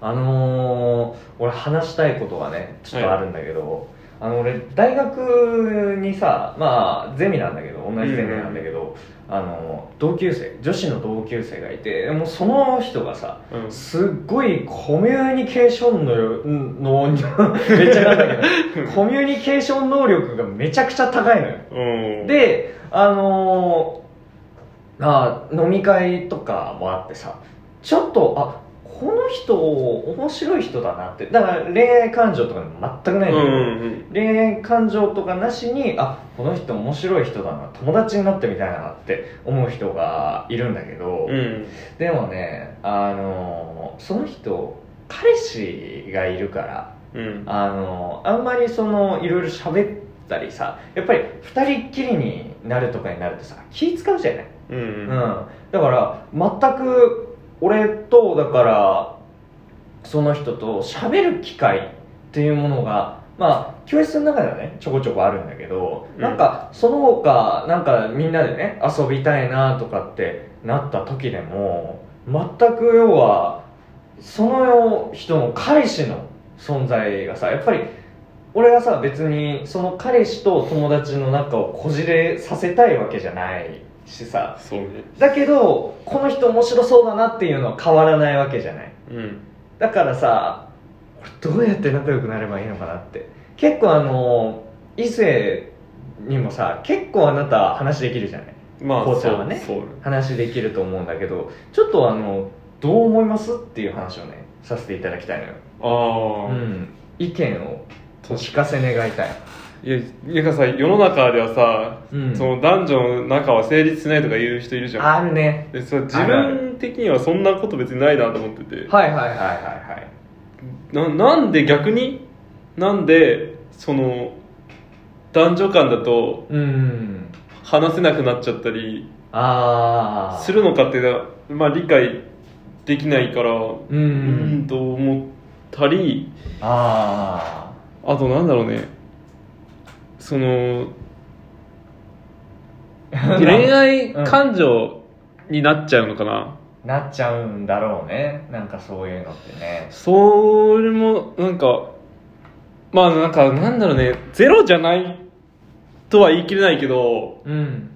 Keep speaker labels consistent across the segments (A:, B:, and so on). A: あのー俺話したいことがねちょっとあるんだけど、あの俺大学にさまあゼミなんだけど同じゼミなんだけど、あの同級生女子の同級生がいてもうその人がさ
B: うん
A: すっごいコミュニケーションのよのめっちゃなんだけどコミュニケーション能力がめちゃくちゃ高いのよ
B: うん
A: であのーあ飲み会とかもあってさちょっとあこの人面白い人だなってだから恋愛感情とか全くな
B: う
A: い
B: ん
A: んだ
B: う
A: けど、
B: んうん
A: 恋愛感情とかなしにあこの人面白い人だな友達になってみたいなって思う人がいるんだけど、
B: うん
A: でもねあのーその人彼氏がいるから
B: うん
A: あのあんまりそのいろいろ喋ったりさやっぱり二人っきりになるとかになるとさ気使うじゃない、
B: う
A: うんんだから全く俺とだからその人と喋る機会っていうものがまあ教室の中ではねちょこちょこあるんだけど、
B: うん
A: なんかその他なんかみんなでね遊びたいなとかってなった時でも全く要はその人の彼氏の存在がさやっぱり俺がさ別にその彼氏と友達の仲をこじれさせたいわけじゃないしさ
B: そうね
A: だけどこの人面白そうだなっていうのは変わらないわけじゃない
B: うん
A: だからさ俺どうやって仲良くなればいいのかなって結構あの異性にもさ結構あなた話できるじゃない
B: まあ
A: こうちゃんはね
B: そうそう
A: 話できると思うんだけどちょっとあのどう思いますっていう話をねさせていただきたいのよ
B: あ
A: う
B: あ、
A: ん意見をお聞かせ願いたい、
B: いやなんかさ世の中ではさ、
A: うん
B: その男女の仲は成立しないとか言う人いるじゃん
A: あるね
B: でそれ自
A: あるある
B: 分的にはそんなこと別にないなと思ってて
A: はいはいはいはいはい
B: ななんで逆になんでその男女間だと
A: うん
B: 話せなくなっちゃったり
A: ああ
B: するのかってな、まあ、理解できないからう
A: うん
B: ーんと思ったり
A: あ
B: あとなんだろうね その恋愛感情になっちゃうのかな、
A: あなっちゃうんだろうねなんかそういうのってね
B: それもなんかまあなんかなんだろうねゼロじゃないとは言い切れないけど
A: うん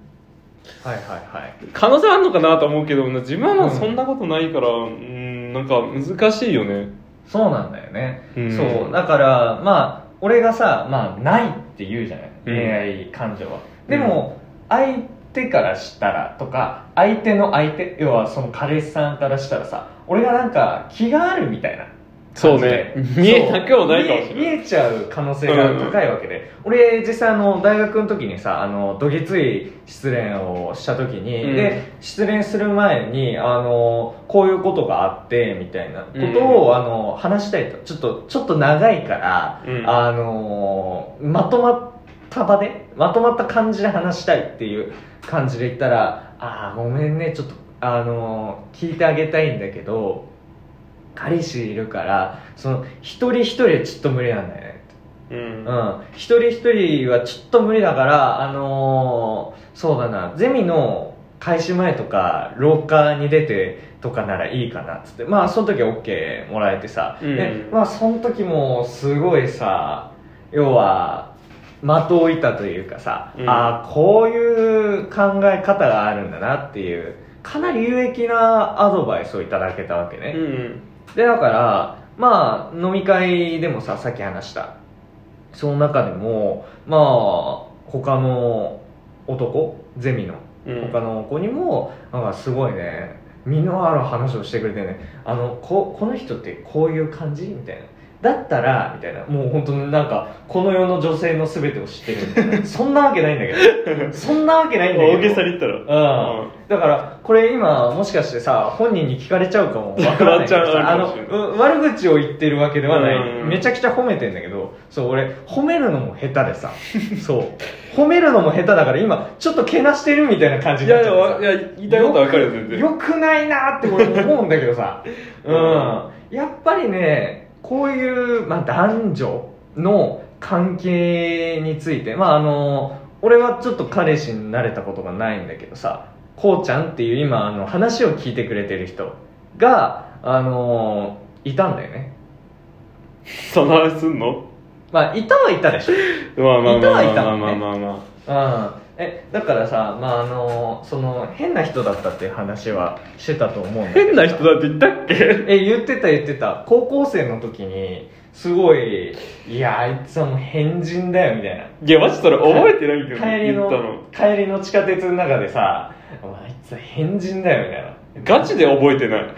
A: はいはいはい
B: 可能性あるのかなと思うけど自分はまあ
A: うん
B: そんなことないからうんなんか難しいよね
A: そうなんだよね、
B: うん
A: そうだからまあ俺がさ、まあ、ないって言うじゃない
B: うん
A: 恋愛感情は、でも相手からしたらとか相手の相手要はその彼氏さんからしたらさ俺がなんか気があるみたいな
B: そう
A: 感じ
B: ね
A: で
B: 見えなくはないかもしれ
A: 見
B: ない
A: え見えちゃう可能性が高いわけで、俺実際あの大学の時にさあのどぎつい失恋をした時に、
B: うん
A: で失恋する前にあのこういうことがあってみたいなことを、あの話したいとちょっとちょっと長いから、
B: うん
A: あのまとまった場でまとまった感じで話したいっていう感じで言ったら「ああごめんねちょっとあの聞いてあげたいんだけど彼氏いるからその一人一人はちょっと無理なんだよね」
B: うん
A: うん、一人一人はちょっと無理だから、あのーそうだな、ゼミの開始前とか、廊下に出てとかならいいかなっつって、まあ、その時 OK もらえてさ、
B: うん
A: でまあ、その時もすごいさ、要は、的を射たというかさ、
B: うん
A: ああ、こういう考え方があるんだなっていう、かなり有益なアドバイスをいただけたわけね。
B: うん
A: でだからまあ飲み会でもささっき話したその中でもまあ他の男ゼミの
B: うん
A: 他の子にも、なんかすごいね身のある話をしてくれてねあのここの人ってこういう感じみたいなだったらみたいなもう本当になんかこの世の女性の全てを知ってるみたいなそんなわけないんだけどそんなわけないんだけど
B: 大げさに言ったら
A: うんだからこれ今もしかしてさ本人に聞かれちゃうかもわからないけど
B: わかっち
A: さ
B: ゃ
A: あ
B: うか
A: の
B: もしれないう
A: 悪口を言ってるわけではない
B: うん
A: めちゃくちゃ褒めてんだけどそう俺褒めるのも下手でさ そう褒めるのも下手だから今ちょっとけなしてるみたいな感じ
B: い
A: になっ
B: やい
A: ち
B: や
A: ゃっ
B: わい
A: て
B: や言いたいことは分かるよ全
A: さ
B: 然
A: よくないなって俺思うんだけどさうんやっぱりねこういう、まあ、男女の関係についてまああの俺はちょっと彼氏になれたことがないんだけどさこうちゃんっていう今あの話を聞いてくれてる人があのいたんだよね
B: その話すんの
A: まあいたはいたでしょ
B: まあまあまあまあ
A: いたは
B: まあ
A: いた
B: ま
A: の
B: あ
A: ね
B: まあま
A: うん、えだからさ、まあ、あのその変な人だったっていう話はしてたと思うんだ
B: あ
A: けど
B: 変な人だって言ったっけ
A: え言ってた言ってた高校生の時にすごいいやあいつはもう変人だよみたいない
B: やマジそれ覚えてないけど
A: 帰り
B: 言
A: の
B: ったの
A: 帰りの地下鉄の中でさあいつは変人だよみたいな
B: ガチで覚えてないでも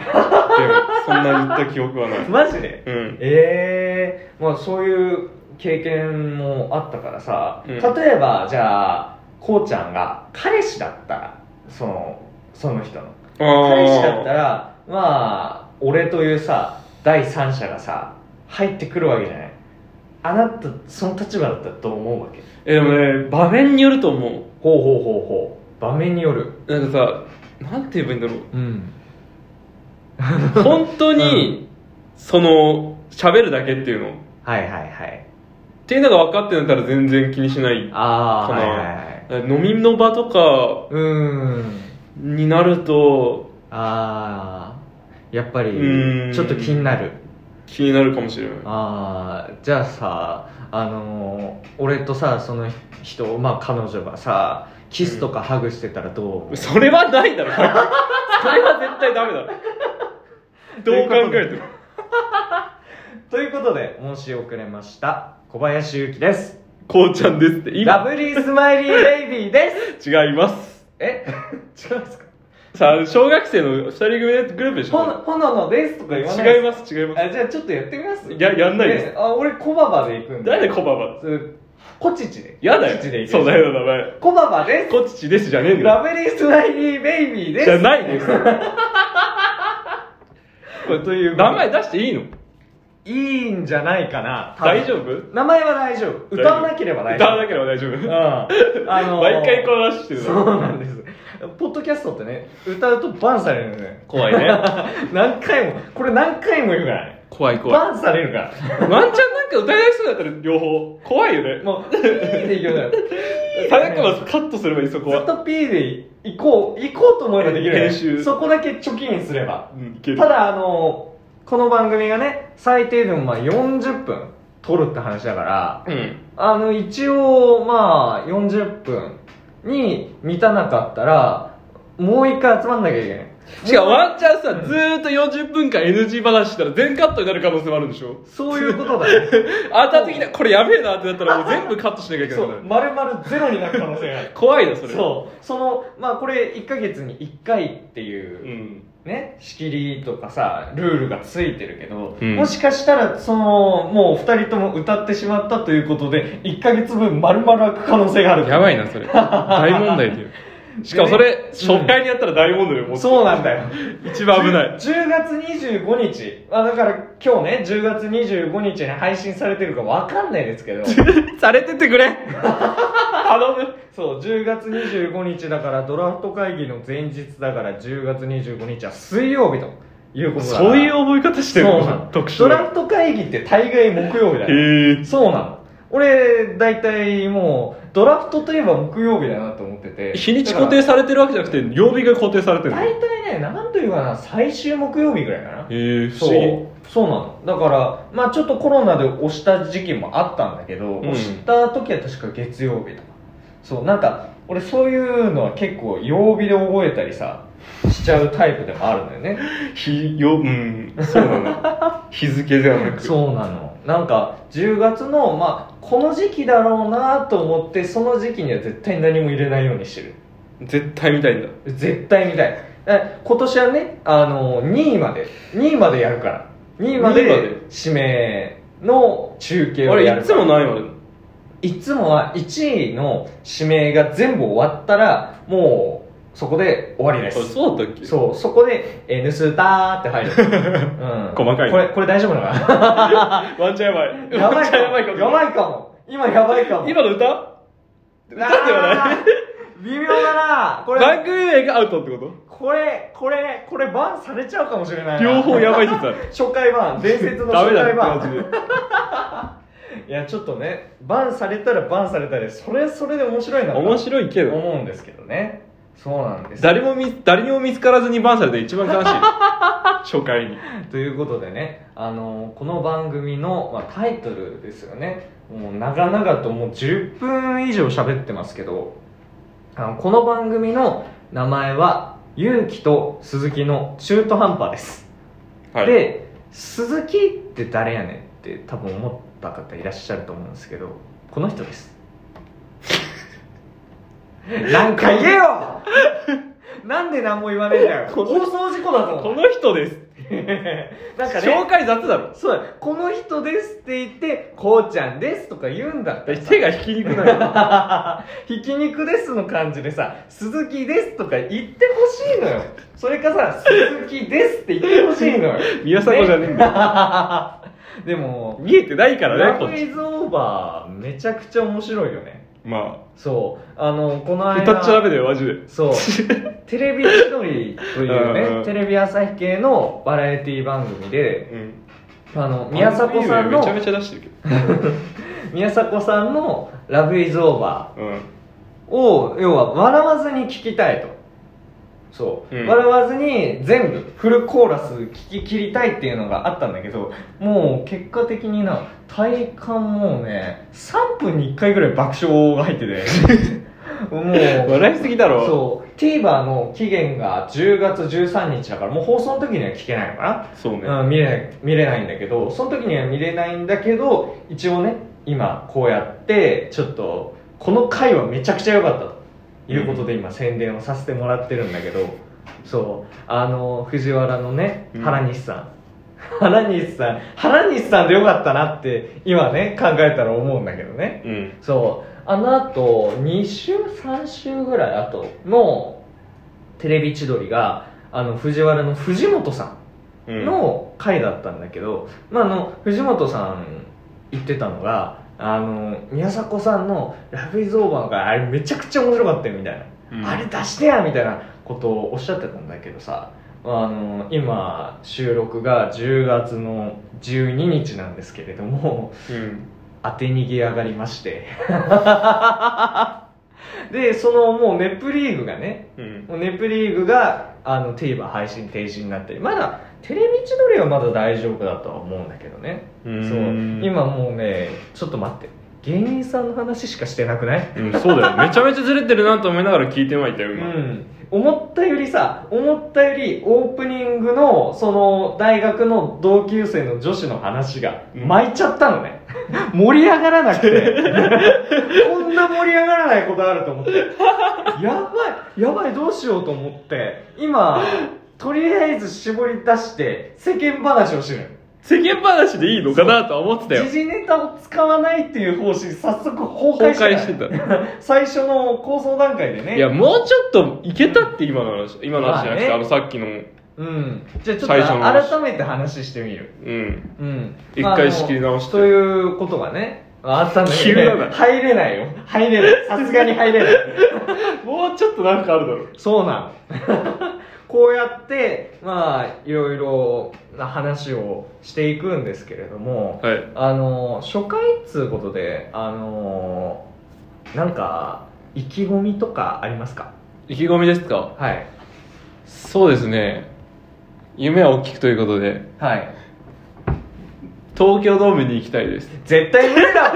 B: そんな言った記憶はない
A: マジで
B: うん
A: ええまあそういう経験もあったからさ、
B: うん
A: 例えばじゃあこうちゃんが彼氏だったらそのその人の彼氏だったらまあ俺というさ第三者がさ入ってくるわけじゃないあなたその立場だったらどう思うわけ
B: えでもね場面によると思
A: ほうほうほうほう場面による
B: うなんかさなんて言えばいいんだろう
A: うん
B: 本当に、その喋るだけっていうのっ
A: はいはいはい
B: ていうのが分かってんだったら全然気にしない
A: ああは
B: かない
A: はいはい
B: 飲みの場とか
A: うーん
B: になると
A: ああやっぱ
B: うー
A: り
B: ん
A: ちょっと気になる
B: 気になるかもしれない
A: ああじゃあさあのー俺とさその人まあ彼女がさキスとかハグしてたらどう思う、
B: それはない だろそれは絶対ダメだろどう考えても
A: ということで申し遅れました小林ゆうきです
B: こうちゃんですって
A: ラ
B: 今
A: ブリースマイリーベイビーです
B: 違います
A: え違うんですか
B: さあ小学生の2人組のグループでし
A: ほの
B: ょ
A: ほののですとか言わない
B: 違い
A: ま
B: ます違います
A: あじゃあちょっとやってみます
B: ややんないです
A: ねあ俺コババで行くんで
B: 誰でコババ
A: そうコチチで
B: やだ
A: コチチで
B: よ
A: 行く
B: そうだよ名前
A: コババです
B: こっちですじゃねえんだよ
A: ラブリースマイリーベイビーです
B: じゃないです
A: これという
B: 名前出していいの
A: いいんじゃないかな多分
B: 大丈夫
A: 名前は大丈夫歌わなければ大丈
B: 歌
A: 夫
B: わなければ大丈夫
A: うんあのー
B: 毎回この話してる
A: そうなんですポッドキャストってね歌うとバンされるのね
B: 怖いね
A: 何回もこれ何回も言うからね
B: 怖い 怖い
A: バンされるか
B: ワンチャンなんか歌い出しそうだったら両方怖いよね
A: らもうピーでいくから
B: 田中はカットすればいいそこ
A: ずっ
B: は、
A: とピーでいこう行こうと思えばできる、
B: 編集
A: そこだけ貯金すれば
B: うん、いける
A: ただあのこの番組がね最低でもまあ40分撮るって話だから
B: うん
A: あの一応まあ40分に満たなかったらもう一回集まんなきゃいけない
B: しかもワンチャンさ、ずーっと40分間 NG 話したら全カットになる可能性もあるんでしょ
A: そういうことだね
B: あた的なこれやべえなってなったらもう全部カットしなきゃいけな
A: そ
B: くな
A: う
B: る
A: 丸々ゼロになる可能性がある
B: 怖い なそれ
A: そうそのまあこれ1ヶ月に1回って
B: う
A: いう、
B: ん
A: ね仕切りとかさルールがついてるけど、
B: うん
A: もしかしたらそのもう2人とも歌ってしまったということで1ヶ月分丸々空く可能性がある
B: やばいなそれ大問題だよしかもそれ初回にやったら大問題よ、もう
A: そうなんだよ
B: 一番危ない
A: 10月25日あだから今日ね10月25日に配信されてるかわかんないですけ ど
B: されててくれ頼む
A: そう10月25日だからドラフト会議の前日だから10月25日は水曜日ということだから
B: そういう覚え方してる
A: そうな
B: の
A: の
B: 特殊
A: ド
B: な
A: ラフト会議って大概木曜日だよ
B: へえ
A: そうなの俺大体もうドラフトといえば木曜日だなと思ってて
B: 日にち固定
A: だか
B: されてるわけじゃなくて曜日が固定されてる
A: ら
B: の
A: 大体ねなんというかな最終木曜日ぐらいかな
B: へえ不
A: そ
B: 思議
A: うそうなのだからまあちょっとコロナで押した時期もあったんだけど、
B: ん
A: 押した時は確か月曜日とかそうなんか俺そういうのは結構曜日で覚えたりさしちゃうタイプでもあるんだよね
B: 日ようんそうなの 日付ではなく
A: そうなのなんか10月のまあこの時期だろうなと思ってその時期には絶対何も入れないようにしてる
B: 絶対見たいんだ
A: 絶対見たいえ今年はねあの2位まで2位までやるから2位ま
B: 2位ま
A: で
B: で
A: 指名の中継
B: あ
A: をや
B: れい
A: る
B: つ
A: から
B: も何位まで
A: いつもは1位の指名が全部終わったらもうそこで終わり
B: あ
A: で
B: れ
A: す
B: そうだったっけ
A: そうそこで「N スター」って 入る、うん、
B: 細かい
A: これこれ大丈夫なの か
B: ワンチャンやばい
A: なやばい
B: ワン
A: か
B: チャンや
A: も
B: ばいか
A: やばいかも今やばいかも
B: 今の歌歌ってはない
A: あー微妙だなこれ
B: 番組名がアウトってこ
A: これこれこれバンされちゃうかもしれないな
B: と両方やばい説ある
A: 初回版伝説の
B: ダ
A: 初
B: メだ
A: 回
B: って
A: 版
B: マジで
A: いやちょっとねバンされたらバンされたでそれはそれで面白いなと
B: 面白いけど
A: 思うんですけどねそうなんです
B: 誰も見誰にも見つからずにバンされて一番悲しい初回に
A: ということでねあのこの番組の、まあ、タイトルですよねもう長々ともう10分以上喋ってますけどあのこの番組の名前は「勇気と鈴木の中途半端」です、
B: はい、
A: で鈴木って誰やねんって多分思った方いらっしゃると思うんですけどこの人です なんか言えよなんで何も言わねえんだよ放
B: この
A: 送事故だぞ
B: この人です、
A: なんかね
B: 紹介雑だろ
A: そうだこの人ですって言って、こうちゃんですとか言うんだったらさ
B: 手が引きにくない
A: ひき肉ですの感じでさ、鈴木ですとか言ってほしいのよ。それかさ、鈴木ですって言ってほしいのよ。
B: 宮迫じゃねえんだよ
A: ね でも、
B: 見えてないから
A: ラ
B: ねこっ
A: ブ
B: ち
A: イズオーバーめちゃくちゃ面白いよね。
B: ま
A: そう。あの、この
B: あ
A: 間。
B: 歌っちゃダメだよマジ で
A: そう。テレビ千鳥と
B: うん
A: いう
B: うん
A: ね、テレビ朝日系のバラエティ番組で、
B: うん
A: あの、宮迫さん
B: め
A: の
B: ちゃ、めちゃ出してるけど
A: 宮迫さんの「ラブイズオーバ
B: うん
A: ーを要は笑わずに聞きたいとそう、
B: うん
A: 笑わずに全部フルコーラス聞き切りたいっていうのがあったんだけどもう結果的にな体感もうね3分に1回ぐらい爆笑が入って てもう
B: 笑いすぎだろ
A: そう TVer の期限が10月13日だからもう放送の時には聞けないのかな
B: そうね、
A: うん、見れない見れないんだけどその時には見れないんだけど一応ね今こうやってちょっとこの回はめちゃくちゃ良かったということで今宣伝をさせてもらってるんだけどそうあの藤原のね
B: うん
A: 原西さん、原西さん原西さんでよかったなって今ね考えたら思うんだけどね
B: うん
A: そうあのあと2週3週ぐらい後のテレビ千鳥があの藤原の藤本さん
B: うん
A: の回だったんだけど、まあ、あの藤本さん言ってたのがあの宮迫さんの「ラブイズオーバーがあれめちゃくちゃ面白かったよみたいな、
B: うん
A: あれ出してやみたいなことをおっしゃってたんだけどさあの今収録が10月の12日なんですけれども
B: うん
A: 当て逃げ上がりまして でそのもうネプリーグがね
B: うん
A: もうネプリーグがあの TVer 配信停止になったりまだテレビ千鳥はまだ大丈夫だとは思うんだけどね
B: う
A: そ
B: ん
A: う今もうねちょっと待って芸人さんの話しかしてなくない
B: うんそうだよめちゃめちゃずれてるなと思いながら聞いてまいったよ
A: う
B: 今、
A: ん思ったよりさ思ったよりオープニングのその大学の同級生の女子の話が巻いちゃったのね 盛り上がらなく てこんな盛り上がらないことあると思ってやばいやばいどうしようと思って今とりあえず絞り出して世間話をしてる
B: 世間話でいいのかなとは思ってたよ
A: 時事ネタを使わないっていう方針早速崩
B: 崩
A: 壊して
B: 壊
A: た
B: してた
A: 最初の構想段階でね
B: いやもうちょっといけたって今の話今の話じゃなくて、
A: ま
B: あ
A: あね
B: のさっきの
A: うん、じゃあちょっ
B: 最初の話
A: と改めて話してみる
B: うん
A: うん
B: 一
A: まああの
B: 回仕切り直して
A: ということがねあったんだけ
B: 急だ
A: ど、ね、
B: な
A: 入れないよ入れないさすがに入れない
B: もうちょっとなんかあるだろ
A: そうなの こうやってまあいろいろな話をしていくんですけれども
B: はい
A: あの初回っつうことであのなんか意気込みとかありますか
B: 意気込みですか
A: はい
B: そうですね夢は大きくということで
A: はい
B: 東京ドームに行きたいです
A: 絶対無理だ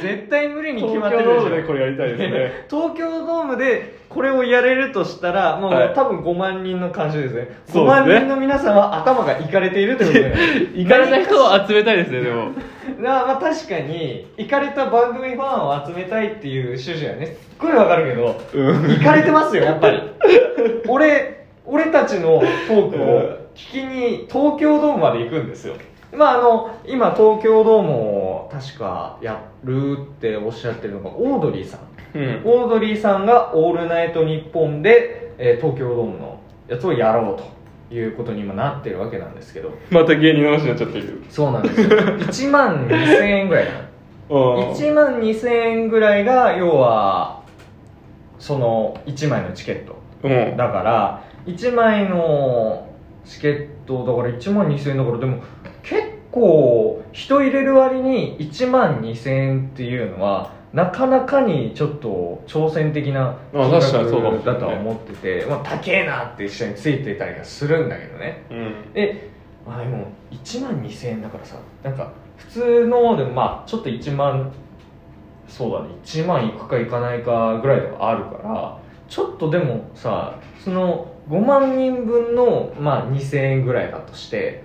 A: 絶対無理に決まってるじゃん
B: れやりたいね
A: 東京ドームでこれをやれるとしたら、もう
B: はい
A: 多分5万人の感じですね。
B: そうです
A: 5
B: ね
A: 万人の皆さんは頭がいかれているということで
B: 行かれた人を集めたいですねでも
A: なあまあ確かに、いかれた番組ファンを集めたいっていう趣旨はね、すっごいわかるけど、
B: うん
A: いかれてますよ、やっ ぱり。俺、俺たちのトークを聞きに東京ドームまで行くんですよ。まああの、今東京ドームを確かやるっておっしゃってるのがオードリーさん。
B: うん
A: オードリーさんが「オールナイトニッポン」で、えー東京ドームのやつをやろうということに今なってるわけなんですけど
B: また芸人の話になっちゃってる
A: そうなん ですよ1万2000円ぐらいな の
B: あ
A: 1万2000円ぐらいが要はその1枚のチケット
B: あうん
A: だから1枚のチケットだから1万2000円だからでも結構人入れる割に1万2000円っていうのはなかなかにちょっと挑戦的な
B: あ確かにそうかもしれな
A: だ
B: い
A: とは思ってて、まあ、高えなって一緒についてたりはするんだけどね
B: うん
A: で、まあ、でも1万2000円だからさなんか普通のでもまあちょっと1万そうだね1万いくかいかないかぐらいではあるからちょっとでもさその5万人分の、まあ、2000円ぐらいだとして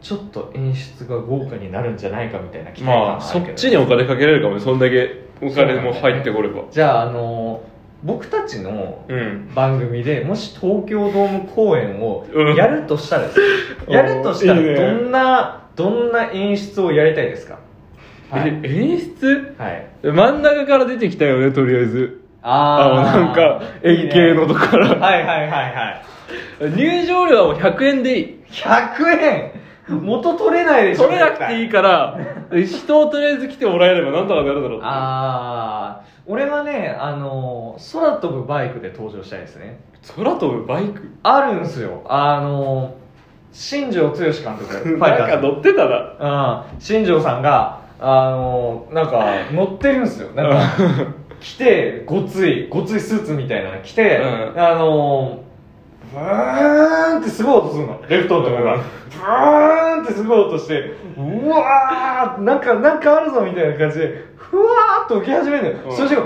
A: ちょっと演出が豪華になるんじゃないかみたいな期待感
B: まあ
A: はあ
B: そ
A: るけどね、
B: っちにお金かけられるかもねそんだけお金も入ってこれば
A: じゃああの僕たちの
B: うん
A: 番組でもし東京ドーム公演を
B: うん
A: やるとしたら ですよ、
B: うん
A: やるとしたら
B: いいね
A: どんなどんな演出をやりたいですかはい、
B: え演出
A: はい、
B: 真ん中から出てきたよねとりあえずあ
A: あー
B: なんか円形のとこか
A: いいね
B: ら
A: はいはいはいはい
B: 入場料はもう100円でいい
A: 100円元取れないでしょ
B: 取れなくていい
A: い
B: から人をとりあえず来てもらえればなんとかなるだろう
A: ああ俺はねあの空飛ぶバイクで登場したいですね
B: 空飛ぶバイク
A: あるんすよあの新庄剛志監 督ファイターズ
B: なんか乗ってたな
A: うん、新庄さんが、あのなんか、乗ってるんですよ。なんか、着て、ごつい、ごついスーツみたいなの着て、
B: うん
A: あのブーンってすごい音するの。レフトのとこが。
B: うん
A: ブーンってすごい音して、うわーなんか、なんかあるぞみたいな感じで、ふわーっと浮き始めるのよ。
B: うん
A: そして、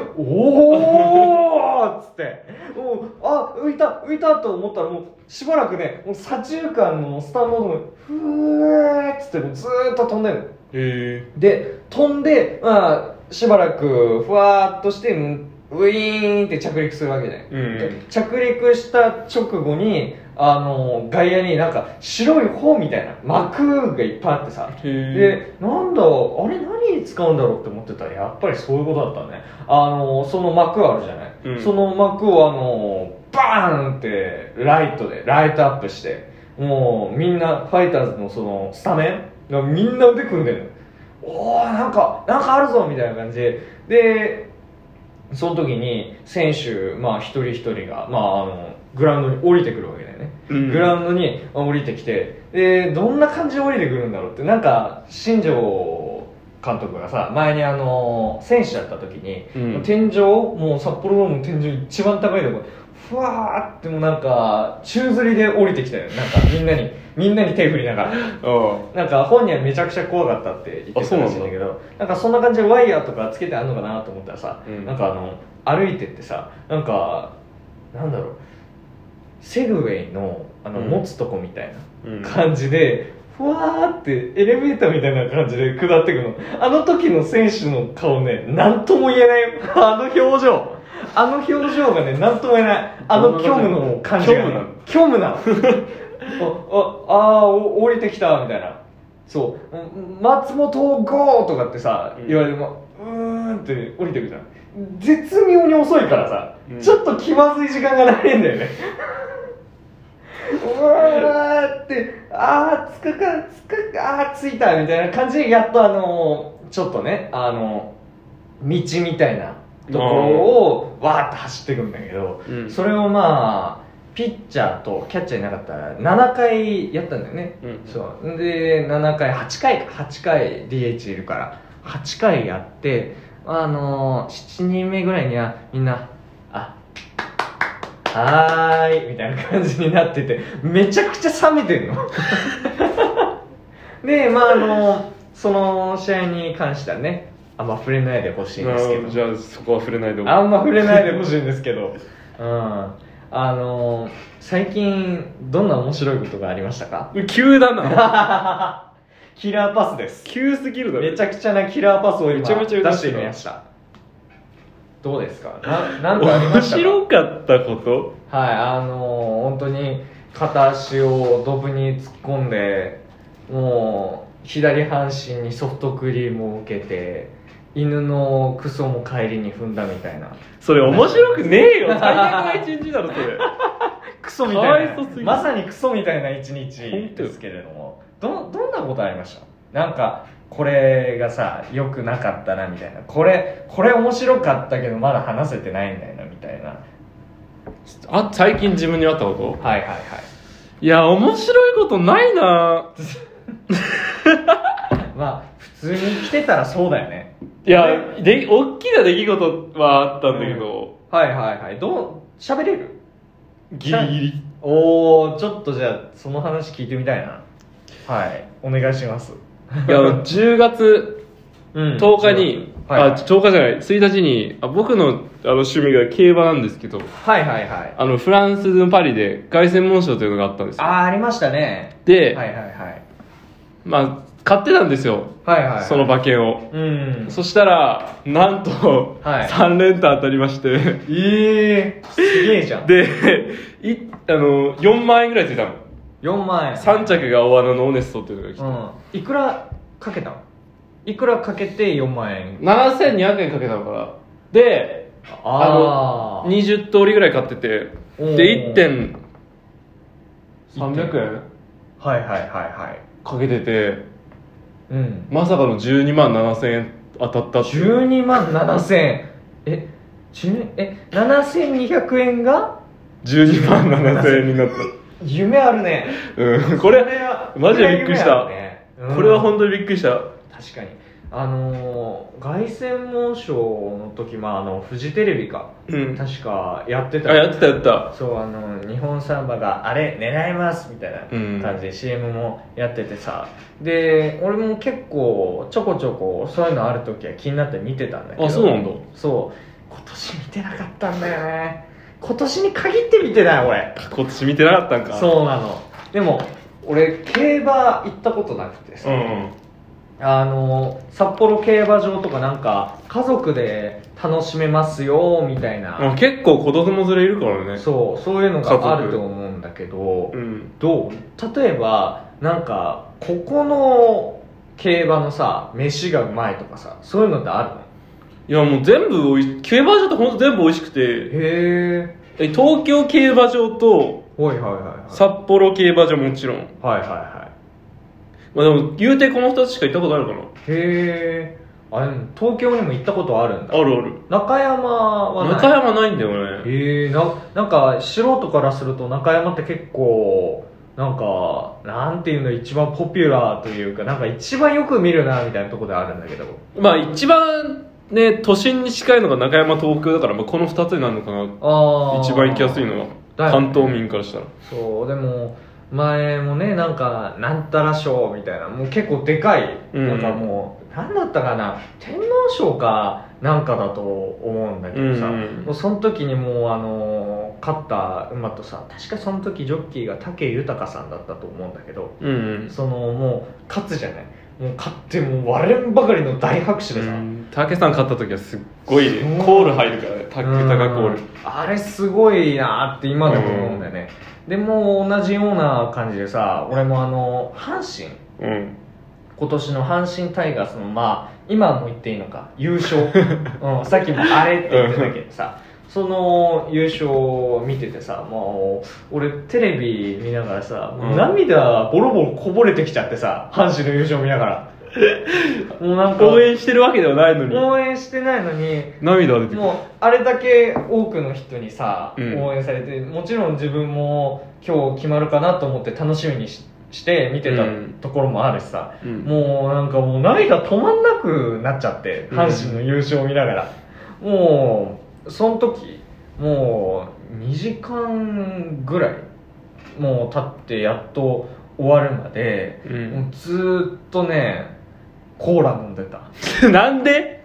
A: おーっつって、おあ、浮いた、浮いたと思ったら、もう、しばらくね、もう左中間のスタンドの方に、ふーっつって、もうずーっと飛んでるの。
B: へ
A: で飛んで、まあ、しばらくふわーっとしてうんウィーンって着陸するわけじゃない、
B: うん
A: で着陸した直後にあの外野になんか白い方みたいな幕がいっぱいあってさ
B: えへえ
A: でなんだあれ何に使うんだろうって思ってたらやっぱりそういうことだったねあのその幕あるじゃない、
B: うん
A: その幕をあのバーンってライトでライトアップしてもうみんなファイターズのそのスタメンがみんな腕組んでるのおおなんかなんかあるぞみたいな感じででその時に選手、まあ、一人一人が、まあ、あのグラウンドに降りてくるわけだよね、
B: うん
A: グラウンドに降りてきてでどんな感じで降りてくるんだろうってなんか新庄監督がさ前にあの選手だった時に、
B: うん
A: 天井もう札幌ドームの天井一番高いところふわーってもうなんか宙吊りで降りてきたよなんかみんなにみんなに手振りながら。
B: あ
A: なんか本人はめちゃくちゃ怖かったって言ってたらしいんだけどなんかそんな感じでワイヤーとかつけてあんのかなと思ったらさ、
B: うん
A: なんかあの歩いてってさなんかなんだろうセグウェイのあの
B: うん
A: 持つとこみたい
B: うん
A: な感じで、ふわーってエレベーターみたいな感じで下ってくのあの時の選手の顔ね何とも言えないよあの表情あの表情がね何とも言えないあの虚無の感じが、ね、虚無なの あああーお降りてきたみたいなそううん松本剛とかってさ
B: うん
A: 言われても、うーんって降りてくじゃん絶妙に遅いからさ、
B: うん
A: ちょっと気まずい時間がないんだよ ねうわーってああつくかつくかあー着いたみたいな感じでやっとあのーちょっとねあのー道みたいなところをわーって走ってくんだけど、
B: うん
A: それをまあピッチャーとキャッチャーいなかったら7回やったんだよね、
B: うん
A: そうで7回8回か8回 DH いるから8回やってあの7人目ぐらいにはみんなあはーいみたいな感じになっててめちゃくちゃ冷めてるの でまああのその試合に関してはねあんま触れないでほしいんですけど
B: あじゃあそこは触れないでおこう
A: あんま触れないでほしいんですけど、うん、あの最近どんな面白いことがありましたか
B: 急だな
A: キラーパスです
B: 急すぎるだろ
A: めちゃくちゃなキラーパスを今
B: めちゃめちゃ
A: 出
B: 出
A: し
B: しててた
A: みましたどうですかななんかありましたか
B: 面白かったこと
A: はいあの本当に片足をドブに突っ込んでもう左半身にソフトクリームを受けて犬のクソも帰りに踏んだみたいな
B: それ面白くねえよ最悪な一日だろそれ
A: クソみたいな
B: かわいそうすぎる
A: まさにクソみたいな一日
B: 本当
A: で
B: よ
A: すけれどもどどんなことありましたなんかこれがさ良くなかったなみたいなこれこれ面白かったけどまだ話せてないんだよなみたいなは
B: あ最近自分にあったこと
A: いはいはい
B: いや面白いことないな
A: まあ普通に来てたらそうだよね
B: いやで大きな出来事はあったんだけど、
A: はいはいはいどう喋れる
B: ギリギリ
A: おおちょっとじゃあその話聞いてみたいなはいお願いします
B: いやあの10月
A: うん
B: 10日に、
A: はい、
B: あ10日じゃない1日にあ僕のあの趣味が競馬なんですけど
A: はいはいはい
B: あのフランスのパリで凱旋門賞というのがあったんですよ
A: ああーありましたね
B: で、
A: はいはいはい
B: まあ買ってたんですよ、
A: はいはい
B: その馬券を
A: うん
B: そしたらなんと、
A: はい
B: 3連単当たりまして
A: ええー、すげえじゃん
B: でいあの4万円ぐらいついたの
A: 4万円
B: 3着が大穴のオネストっていうのが来て、
A: うんいくらかけたのいくらかけて4万円
B: 7200円かけたのかなで
A: あー
B: 20通りぐらい買ってて
A: おー
B: で1点300円
A: はいはいはいはい
B: かけてて
A: うん
B: まさかの12万7000円当たったっていう
A: 12万7000円え10え7200円が
B: 12万7000円になった
A: 夢あるね
B: うんこれ
A: は
B: マジでびっくりした
A: これは夢あるねうん
B: これは本当にびっくりした
A: 確かにあのー凱旋門賞の時まああのフジテレビか
B: うん
A: 確かやってた
B: あやってたやってた
A: そうあの日本サンバがあれ狙いますみたいな感じで CM もやっててさ、で俺も結構ちょこちょこそういうのある時は気になって見てたんだけど
B: あそうなんだ
A: そう今年見てなかったんだよね今年に限って見てない俺
B: 今年見てなかったんか
A: そうなのでも俺競馬行ったことなくてさ、
B: うん
A: あの札幌競馬場とかなんか家族で楽しめますよみたいな、
B: あ結構子供連れいるからね
A: そうそういうの
B: 家
A: が
B: 族
A: あると思うんだけど、
B: うん
A: どう例えばなんかここの競馬のさ飯がうまいとかさそういうのってあ
B: いやもう全部おい競馬場って本当全部美味しく
A: る
B: て
A: のへえ
B: え東京競馬場と
A: はいはいはいはい
B: 札幌競馬場もちろん、
A: はいはいは
B: まあ、でも言うてこの2つしか行ったことあるかない
A: へえあでも東京にも行ったことあるんだ
B: あるある
A: 中山はない
B: 中山ないんだよね
A: へえななんか素人からすると中山って結構なんかなんていうの一番ポピュラーというかなんか一番よく見るなみたいなところであるんだけど
B: まあ一番ね都心に近いのが中山東京だから、まあ、この2つになるのかな
A: ああ
B: 一番行きやすいのは
A: だよね
B: 関東民からしたら
A: そうでも前もねなんかなんたら賞みたいなもう結構でかい、
B: うん
A: なんかもうなんだったかな天皇賞かなんかだと思うんだけどさ、
B: うん
A: もうその時にもうあのー勝った馬とさ確かその時ジョッキーが武豊さんだったと思うんだけど
B: うんうん
A: そのもう勝つじゃないもう勝ってもう割れんばかりの大拍手でさ、
B: うん武さん勝った時はすっごい
A: すごい
B: コール入るからねタックタカコー
A: う
B: ル
A: んあれすごいなって今でも思うんだよね、でもう同じような感じでさ俺もあの阪神
B: うん
A: 今年の阪神タイガースのまあ今も言っていいのか優 勝、うん、さっきもあれって言ってたけどさその優勝を見ててさもう俺テレビ見ながらさ、もう涙ボロボロこぼれてきちゃってさ阪神の優勝見なが らもうなんか
B: 応援してるわけではないのに
A: 応援してないのに
B: 涙が出てくる
A: もうあれだけ多くの人にさ、
B: うん
A: 応援されてもちろん自分も今日決まるかなと思って楽しみにしして見てた
B: うん
A: ところもあるしさ、
B: うん
A: もうなんかもう涙止まんなくなっちゃって
B: うん
A: 阪神の優勝を見ながら、もうその時もう2時間ぐらいもう経ってやっと終わるまで、
B: う
A: も
B: ん
A: うずーっとねコーラ飲んでた
B: なんで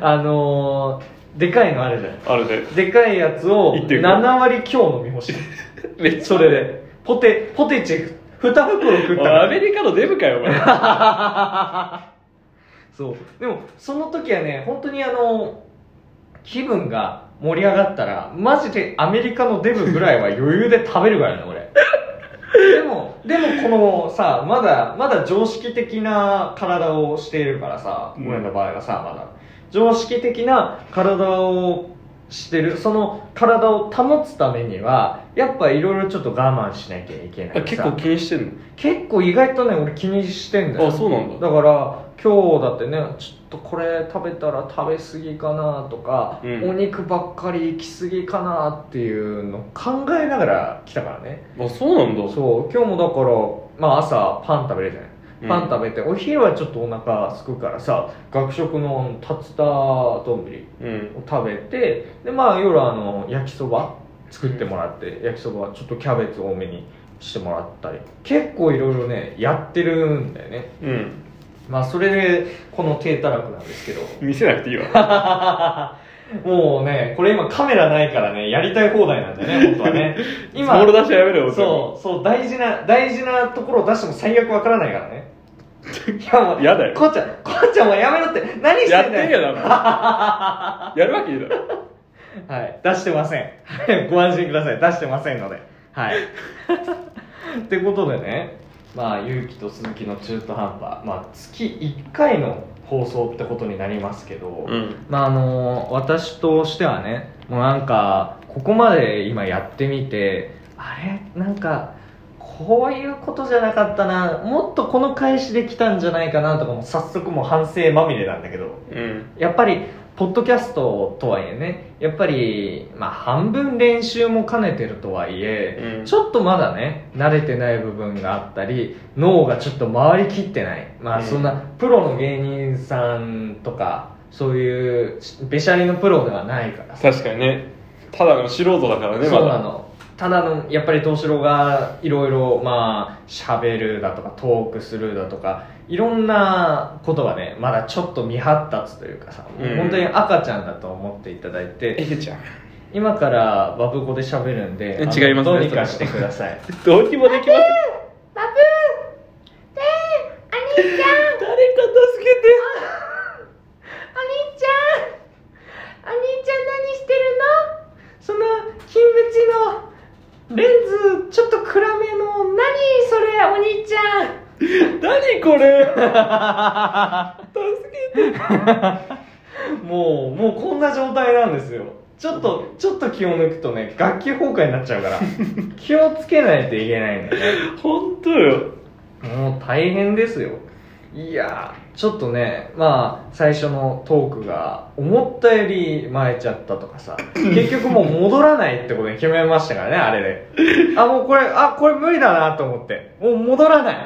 A: あのーでかいのあるじゃん
B: あれで
A: でかいやつを
B: 1.5
A: 7割強飲み干して
B: め っ
A: それでポテポテチ2袋食った
B: ア
A: ら
B: メリカのデブかよお前
A: そうでもその時はね本当にあの気分が盛り上がったらマジでアメリカのデブぐらいは余裕で食べるからね俺でもでもこのさまだまだ常識的な体をしているからさ
B: うん
A: 俺の場合はさまだ常識的な体をしてるその体を保つためにはやっぱいろいろちょっと我慢しなきゃいけない
B: あ
A: さ
B: 結構気にしてん
A: 結構意外とね俺気にしてんだ
B: の
A: よ
B: あそうなんだ
A: だから今日だってねちょっとこれ食べたら食べ過ぎかなとか、
B: うん
A: お肉ばっかり行き過ぎかなっていうのを考えながら来たからね
B: あそうなんだ
A: そう今日もだから、まあ、朝パン食べるじゃない
B: うん
A: パン食べて、お昼はちょっとお腹すくからさ学食のあの竜田丼
B: うん
A: を食べてでまあ夜あの焼きそば作ってもらって、焼きそばはちょっとキャベツ多めにしてもらったり結構いろいろねやってるんだよね
B: うん
A: まあそれでこの低たらくなんですけど
B: 見せなくていいわ
A: もうねこれ今カメラないからねやりたい放題なんだよね本当は ね 今
B: ボール出しはやめろよ
A: そうそう大事な大事なところを出しても最悪わからないから ねいやもう
B: やだよ
A: こうちゃんこうちゃんもうやめろって何してんだよ
B: やってんやだ ろやるわけいいだろ
A: はい、出してません。はいご安心ください。出してませんので。 はい。ってことでね、まあ、ゆうきと鈴木の中途半端、まあ、月1回の放送ってことになりますけど、
B: うん
A: まあ、あの、私としてはね、もうなんか、ここまで今やってみて、あれなんか、こういうことじゃなかったな、もっとこの返しできたんじゃないかなとかも、早速もう反省まみれなんだけど。
B: うん
A: やっぱりポッドキャストとはいえねやっぱり、まあ、半分練習も兼ねてるとはいえ、
B: うん
A: ちょっとまだね慣れてない部分があったり脳がちょっと回りきってないま
B: う
A: あ
B: ん
A: そんなプロの芸人さんとかそういうべしゃりのプロではないからさ
B: 確かにねただの素人だからねま
A: そうな
B: だ
A: のただのやっぱり東郎がいろいろまあ喋るだとかトークするだとかいろんなことがねまだちょっと未発達というかさ、
B: うん
A: 本当に赤ちゃんだと思っていただいて
B: ええじゃん
A: 今からバブ語で喋るんで
B: え
A: あの
B: 違います
A: ど
B: ね
A: うにかし
B: それ
A: てください
B: どうにもできま
A: バブーてーお
B: す
A: 兄ちゃん
B: 誰か助けて
A: お兄ちゃんお兄ちゃん何してるのその金縁のレンズちょっと暗めの何それお兄ちゃん
B: 何これ助けて
A: もうもうこんな状態なんですよちょっとちょっと気を抜くとね学級崩壊になっちゃうから気をつけないといけないんだよね
B: 本当よ
A: もう大変ですよいやーちょっとねまあ最初のトークが思ったより前ちゃったとか さ結局もう戻らないってことに決めましたからねあれであもうこれあこれ無理だなと思ってもう戻ら ない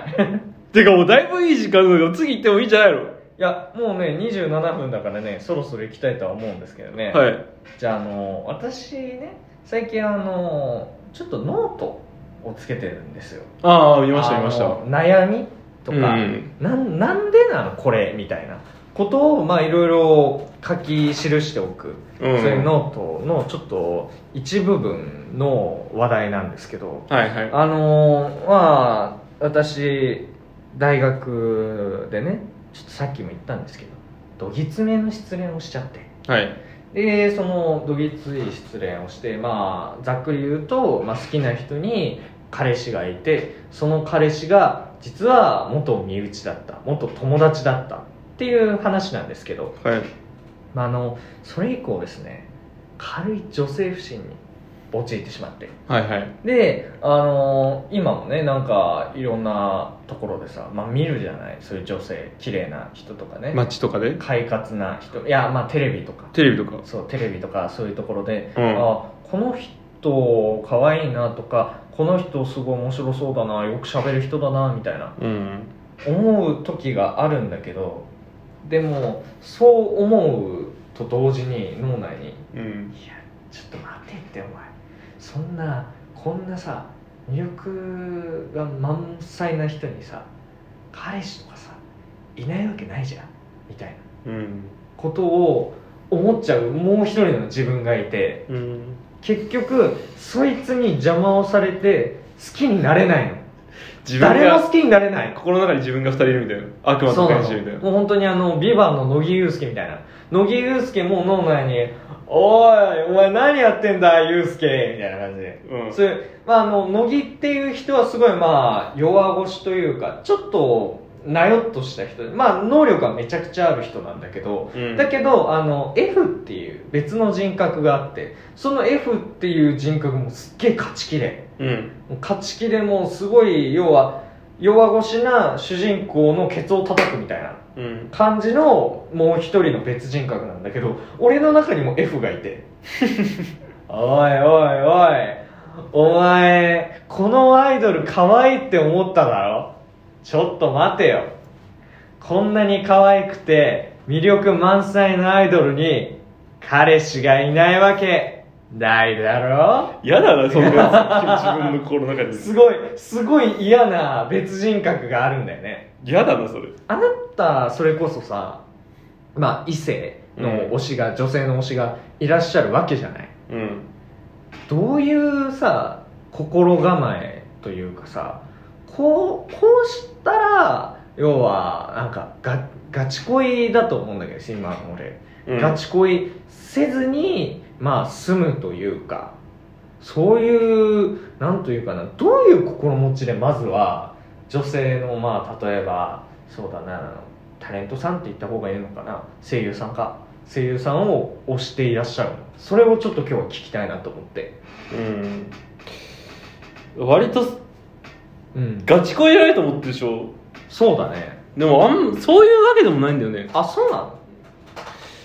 B: てかもうだいぶいい時間だけど次行ってもいいんじゃないの
A: いやもうね27分だからねそろそろ行きたいとは思うんですけどね、
B: はい
A: じゃああの私ね最近あのちょっとノートをつけてるんですよ
B: ああ見ました見ました
A: あの悩みとか、
B: うん
A: なんなんでなのこれみたいなことをまあいろいろ書き記しておく、
B: うん
A: そういうノートのちょっと一部分の話題なんですけど
B: はいはい
A: あのーまあ私大学でねちょっとさっきも言ったんですけどどぎつめの失恋をしちゃって
B: はい
A: でそのどぎつい失恋をしてまあざっくり言うと、まあ、好きな人に彼氏がいてその彼氏が実は元身内だった元友達だったっていう話なんですけど、
B: はい
A: まあ、あのそれ以降ですね軽い女性不信に陥ってしまって
B: はいはい
A: であの今もねなんかいろんなところでさ、まあ、見るじゃないそういう女性綺麗な人とかね、
B: 街とかで
A: 快活な人いやまあテレビとか
B: テレビとか
A: そうテレビとかそういうところで、
B: うん
A: あこの人可愛いなとかこの人すごい面白そうだなよく喋る人だなみたいな
B: うん
A: 思う時があるんだけどでもそう思うと同時に脳内に
B: うん
A: いやちょっと待てってお前そんなこんなさ魅力が満載な人にさ彼氏とかさいないわけないじゃんみたいな
B: うん
A: ことを思っちゃうもう一人の自分がいて
B: うん
A: 結局そいつに邪魔をされて好きになれないの
B: 自分
A: 誰も
B: が
A: 好きになれない
B: 心の中に自分が二人いるみたいな悪魔
A: そ
B: と
A: うな
B: 天
A: の
B: 使みたいな
A: もう本当にあの「ビバンの乃木憂介みたいな乃木憂介も脳内に「おいお前何やってんだ憂介」みたいな感じで
B: うん
A: そういう、まあ、あの乃木っていう人はすごいまあ弱腰というかちょっとなよっとした人でまあ能力はめちゃくちゃある人なんだけど、
B: うん
A: だけどあの F っていう別の人格があってその F っていう人格もすっげえ勝ちきれん
B: うん
A: もう勝ち気でもうすごい要は弱腰な主人公のケツを叩くみたいな
B: うん
A: 感じのもう一人の別人格なんだけど俺の中にも F がいて おいおいおいお前このアイドル可愛いって思っただろちょっと待てよこんなに可愛くて魅力満載のアイドルに彼氏がいないわけないだろ
B: 嫌だなそんなや つ自分の心の中
A: す
B: に
A: ごいすごい嫌な別人格があるんだよね
B: 嫌だなそれ
A: あなたそれこそさまあ異性の推しが、女性の推しがいらっしゃるわけじゃない
B: うん
A: どういうさ心構えというかさこうこうしたら要はなんかガガチ恋だと思うんだけど今の俺、
B: うん
A: ガチ恋せずにまあ済むというかそういうなんというかなどういう心持ちでまずは女性のまあ例えばそうだなタレントさんって言った方がいいのかな声優さんか声優さんを推していらっしゃるのそれをちょっと今日は聞きたいなと思って
B: うん割と
A: うん
B: ガチ恋やられと思ってるでしょ
A: そうだね
B: でもあんそういうわけでもないんだよね
A: あそうなの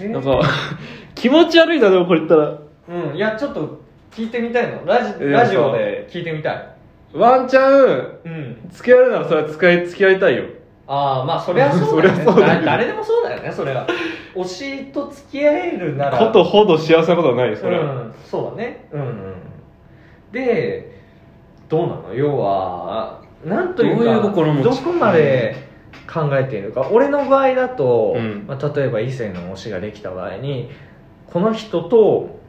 A: え
B: なんか 気持ち悪いなでもこれ言ったら
A: うんいやちょっと聞いてみたいのラジ
B: え
A: ラジオで聞いてみたい
B: ワンチャン
A: うん
B: 付き合えるならそれは付き合い付き合いたいよ
A: ああまあそりゃそうだよね
B: そりゃそうだよ
A: だ誰でもそうだよねそれは推しと付き合えるなら
B: ことほど幸せなことはないよそれ
A: う
B: は、
A: ん、そうだねうんうんでどうなの要はなんというか
B: どういう心持ち
A: どこまで考えているか、俺の場合だと、
B: うん
A: まあ、例えば異性の推しができた場合にこの人と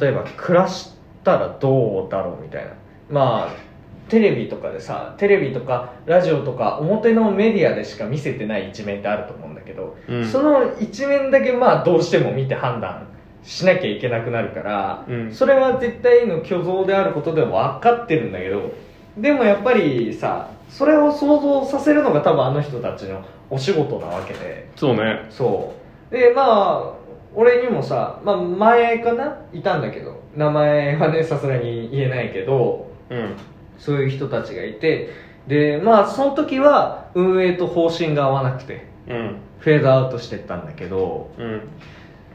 A: 例えば暮らしたらどうだろうみたいなまあテレビとかでさテレビとかラジオとか表のメディアでしか見せてない一面ってあると思うんだけど、
B: うん
A: その一面だけまあどうしても見て判断しなきゃいけなくなるから、
B: うん
A: それは絶対の虚像であることでは分かってるんだけどでもやっぱりさそれを想像させるのが多分あの人たちのお仕事なわけで
B: そうね
A: そうでまあ俺にもさ、まあ、前かないたんだけど名前はねさすがに言えないけど
B: うん
A: そういう人たちがいてでまあその時は運営と方針が合わなくて
B: うん
A: フェードアウトしてったんだけど
B: うん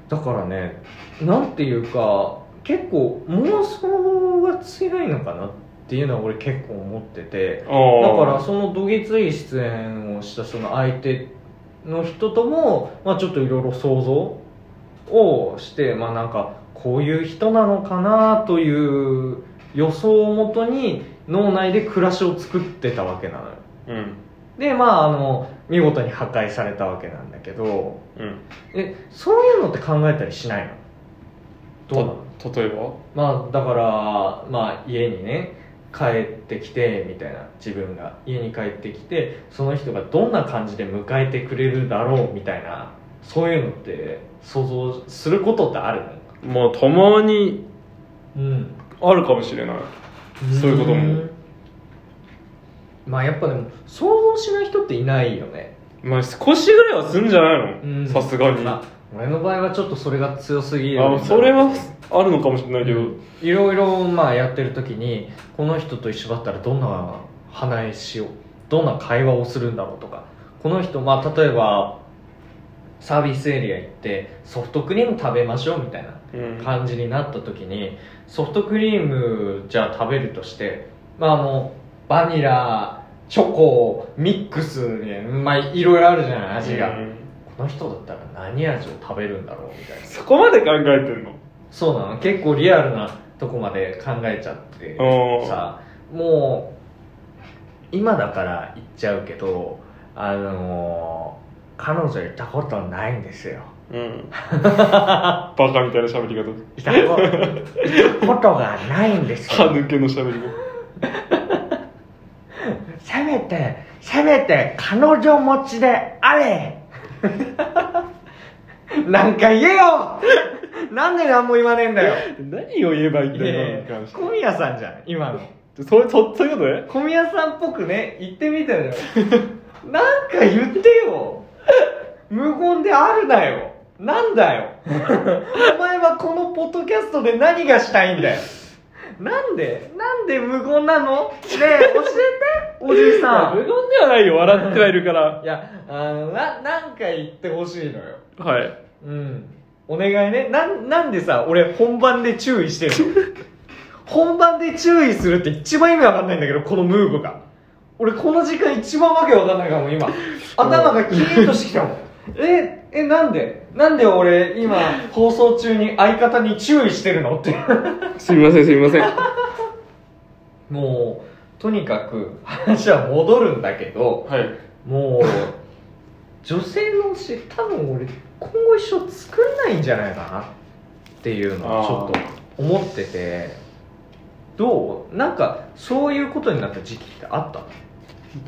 A: だからねなんていうか結構妄想が強いのかなっていうのは俺結構思っててだ
B: ああ
A: からそのどぎつい出演をしたその相手の人とも、まあ、ちょっといろいろ想像をしてまあなんかこういう人なのかなという予想をもとに脳内で暮らしを作ってたわけなのよ
B: うん
A: でまああの見事に破壊されたわけなんだけど
B: うん
A: えそういうのって考えたりしないのどうなの
B: た例えば
A: まあだから、まあ、家にね帰ってきてみたいな自分が家に帰ってきてその人がどんな感じで迎えてくれるだろうみたいなそういうのって想像することってあるの
B: まあたまに
A: うん
B: あるかもしれないそういうことも
A: まあやっぱでも想像しない人っていないよね
B: まあ少しぐらいはすんじゃない
A: うん
B: のさすがに
A: ま
B: あ
A: あ俺の場合はちょっとそれが強すぎる
B: それはあるのかもしれないけど
A: いろいろまあやってる時にこの人と一緒だったらどんな話しをどんな会話をするんだろうとかこの人まあ例えばサービスエリア行ってソフトクリーム食べましょうみたいな
B: うん
A: 感じになった時にソフトクリームじゃあ食べるとしてまああのバニラチョコミックスねまあいろいろあるじゃない味が、
B: うん
A: この人だったら何味を食べるんだろうみたいな
B: そこまで考えてんの
A: そうなの結構リアルなとこまで考えちゃって
B: うん
A: さもう今だから言っちゃうけどあのー彼女いたことないんですよ
B: うんバカみたいな喋り方
A: い たこいたことがないんです
B: 歯
A: よ
B: 抜けの喋り方
A: せめてせめて彼女持ちであれ なんか言えよなんで何も言わねえんだよ
B: 何を言えばいいんだよ
A: ね
B: 今の
A: え
B: 話
A: 小宮さんじゃん今の
B: それそそういうことね
A: 小宮さんっぽくね言ってみたよなんか言ってよ無言であるなよなんだよお前はこのポッドキャストで何がしたいんだよなんでなんで無言なのねえ教えておじいさ
B: 無言
A: ん
B: ではないよ笑ってはいるから
A: いやあのななんか言ってほしいのよ
B: はい
A: うんお願いねなんなんでさ俺本番で注意してるの本番で注意するって一番意味わかんないんだけどこのムーブが俺この時間一番わけわかんないかも今頭がキーンとしてきたもんええなんでなんで俺今放送中に相方に注意してるのって
B: すみませんすみません
A: もうとにかく話は戻るんだけど
B: はい
A: もう女性の詩多分俺今後一生作んないんじゃないかなっていうのをちょっと思っててどうなんかそういうことになった時期ってあった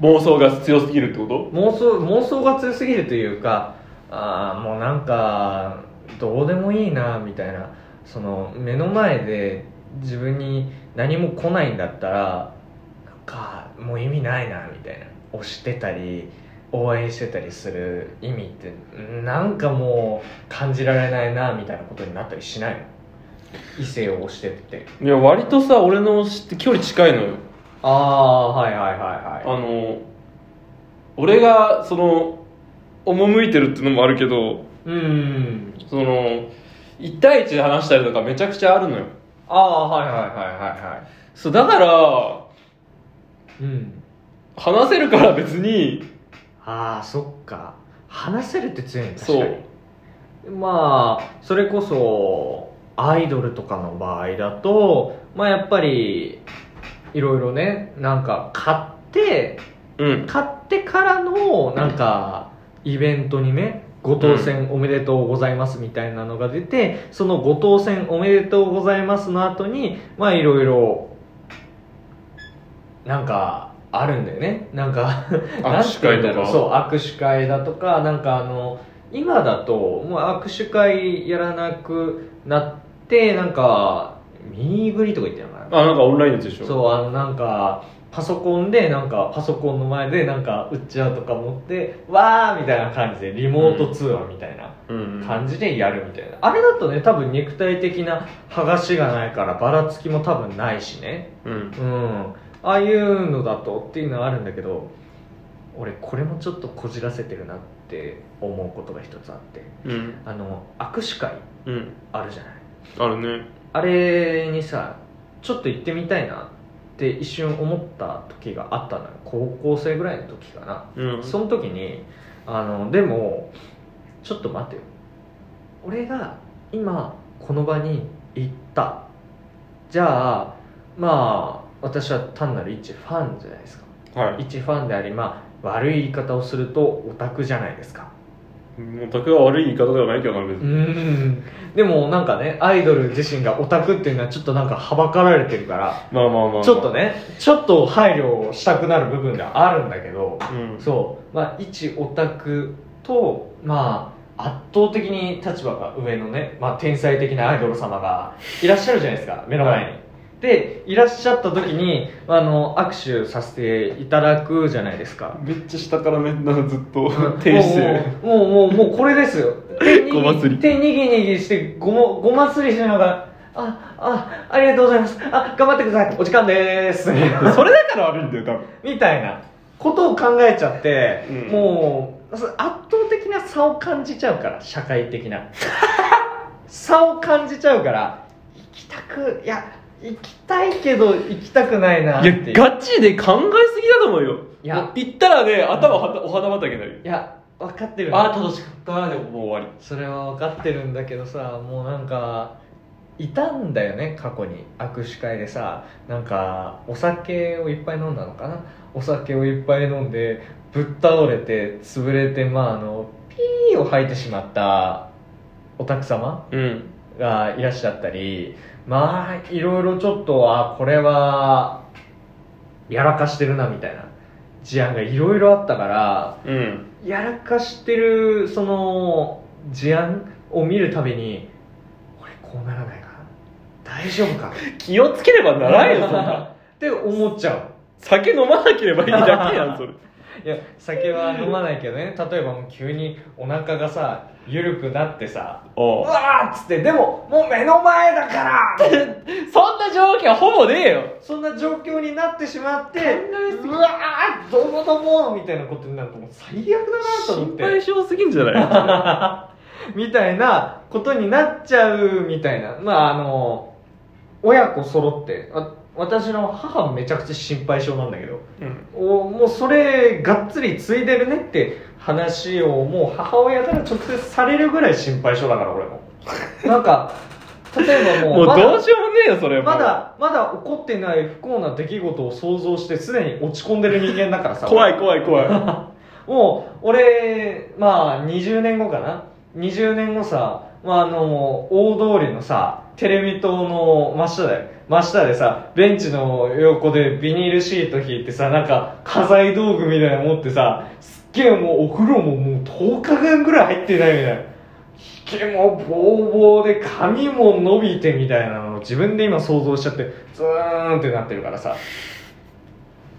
B: 妄想が強すぎるってこと
A: 妄想妄想が強すぎるというかああもうなんかどうでもいいなみたいなその目の前で自分に何も来ないんだったらなんかもう意味ないなみたいな押してたり応援してたりする意味ってなんかもう感じられないなみたいなことになったりしないの異性を押してって
B: いや割とさ俺の推しって距離近いのよ
A: ああはいはいはい
B: あの俺がその赴いてるってのもあるけど
A: うん
B: その1対1で話したりとかめちゃくちゃあるのよ
A: ああはいはいはいはいは
B: そうだから
A: いうん
B: 話せるから別に
A: ああそっか話せるって強いね確か
B: そ
A: に
B: う
A: まあそれこそアイドルとかの場合だとまあやっぱりいろいろねなんか買って
B: うん
A: 買ってからのなんかイベントにねご当選おめでとうございますみたいなのが出て、そのご当選おめでとうございますの後にまあいろいろなんかあるんだよねなんかなんて
B: 握手
A: 言うん
B: 会
A: だ
B: と
A: ろう
B: か
A: そう握手会だとかなんかあの今だともう握手会やらなくなってなんかミーグリとか言ってるのかな
B: あなんかオンラインのやつでしょ
A: そうあのなんかパソコンでなんかパソコンの前でなんかうっちゃうとか持ってわーみたいな感じでリモート通話みたいな
B: うん
A: 感じでやるみたいな、あれだとね多分肉体的な剥がしがないからばらつきも多分ないしね
B: うん
A: うんああいうのだとっていうのはあるんだけど俺これもちょっとこじらせてるなって思うことが一つあって
B: うん
A: あの握手会
B: うん
A: あるじゃない
B: あるね
A: あれにさちょっと行ってみたいなって一瞬思った時があったのよ高校生ぐらいの時かな、
B: うん
A: その時にあのでもちょっと待てよ俺が今この場に行ったじゃあまあ私は単なる一ファンじゃないですか
B: は
A: 一ファンでありまあ悪い言い方をするとオタクじゃないですか
B: いもう拓は悪い言い方ではないけどな別
A: う
B: に
A: んでもなんかねアイドル自身がオタクっていうのはちょっとなんかはばかられてるから
B: まあまあまあ、まあ、
A: ちょっとねちょっと配慮をしたくなる部分があるんだけど
B: うん
A: そうまあ一オタクとまあ圧倒的に立場が上のね、まあ、天才的なアイドル様がいらっしゃるじゃないですか目の前に、
B: は
A: でいらっしゃった時にあの握手させていただくじゃないですか
B: めっちゃ下からねなんかずっ と停止してる
A: もうもうもうもうもうこれですよ手にぎ
B: ごますり
A: 手にぎにぎしてごもごますりしながらああありがとうございますあ頑張ってくださいお時間でーす
B: それだから悪いんだよ多分
A: みたいなことを考えちゃって、
B: うん
A: もうそ圧倒的な差を感じちゃうから社会的な 差を感じちゃうから行きたくいや行きたいけど行きたくないなっていう
B: いやガチで考えすぎだと思うよ
A: いや
B: 行ったらね頭はたお花畑になるよ
A: いや分かってる
B: ああ楽しかったでもう終わ
A: それは分かってるんだけどさもうなんかいたんだよね過去に握手会でさなんかお酒をいっぱい飲んだのかなお酒をいっぱい飲んでぶっ倒れて潰れてまああのピーを吐いてしまったおたく様
B: りうん
A: がいらっしゃったりまあいろいろちょっとあこれはやらかしてるなみたいな事案がいろいろあったから
B: うん
A: やらかしてるその事案を見るたびに俺こうならないかな大丈夫か
B: 気をつければならんよそんな
A: って思っちゃう
B: 酒飲まなければいいだけや んそれ
A: いや酒は飲まないけどね例えばもう急にお腹がさ緩くなってさう
B: お
A: わーっつってでももう目の前だから
B: そんな条件ほぼねえよ
A: そんな状況になってしまって
B: えすぎ
A: うわーどうもどうもみたいなことになるともう最悪だなと思っ
B: 心
A: て
B: 配性すぎんじゃな い
A: みたいなことになっちゃうみたいな。まああの、親子揃って、あ私の母めちゃくちゃ心配性なんだけど
B: うん
A: おもうそれがっつりついでるねって話をもう母親から直接されるぐらい心配性だから俺 もなんか例えばも
B: も
A: う
B: う
A: まだ
B: どうしようもねえよそれはもう
A: まだまだ起こってない不幸な出来事を想像してすでに落ち込んでる人間だからさ
B: 怖い怖い怖い
A: もう俺まあ20年後かな20年後さ、まあ、あの大通りのさテレビ塔の真下で真下でさベンチの横でビニールシート引いてさなんか家財道具みたいなの持ってさすっげえもうお風呂ももう10日間ぐらい入ってないみたいなひけもボーボーで髪も伸びてみたいなのを自分で今想像しちゃってズーンってなってるからさ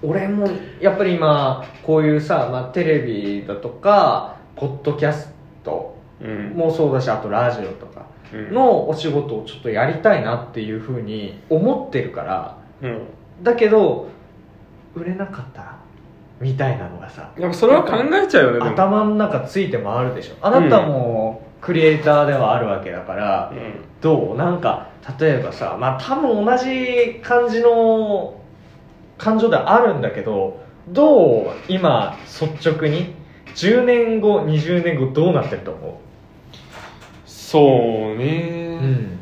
A: 俺もやっぱり今こういうさ、まあ、テレビだとかポッドキャスト
B: うん
A: もそうだしあとラジオとか
B: うん
A: のお仕事をちょっとやりたいなっていうふうに思ってるから
B: うん
A: だけど売れなかったらみたいなのがさ
B: やっぱそれは考えちゃうよねでも
A: 頭の中ついて回るでしょあなたもクリエイターではあるわけだから、
B: うん
A: どうなんか例えばさまあ多分同じ感じの感情ではあるんだけどどう今率直に10年後20年後どうなってると思
B: そう
A: う、
B: ね、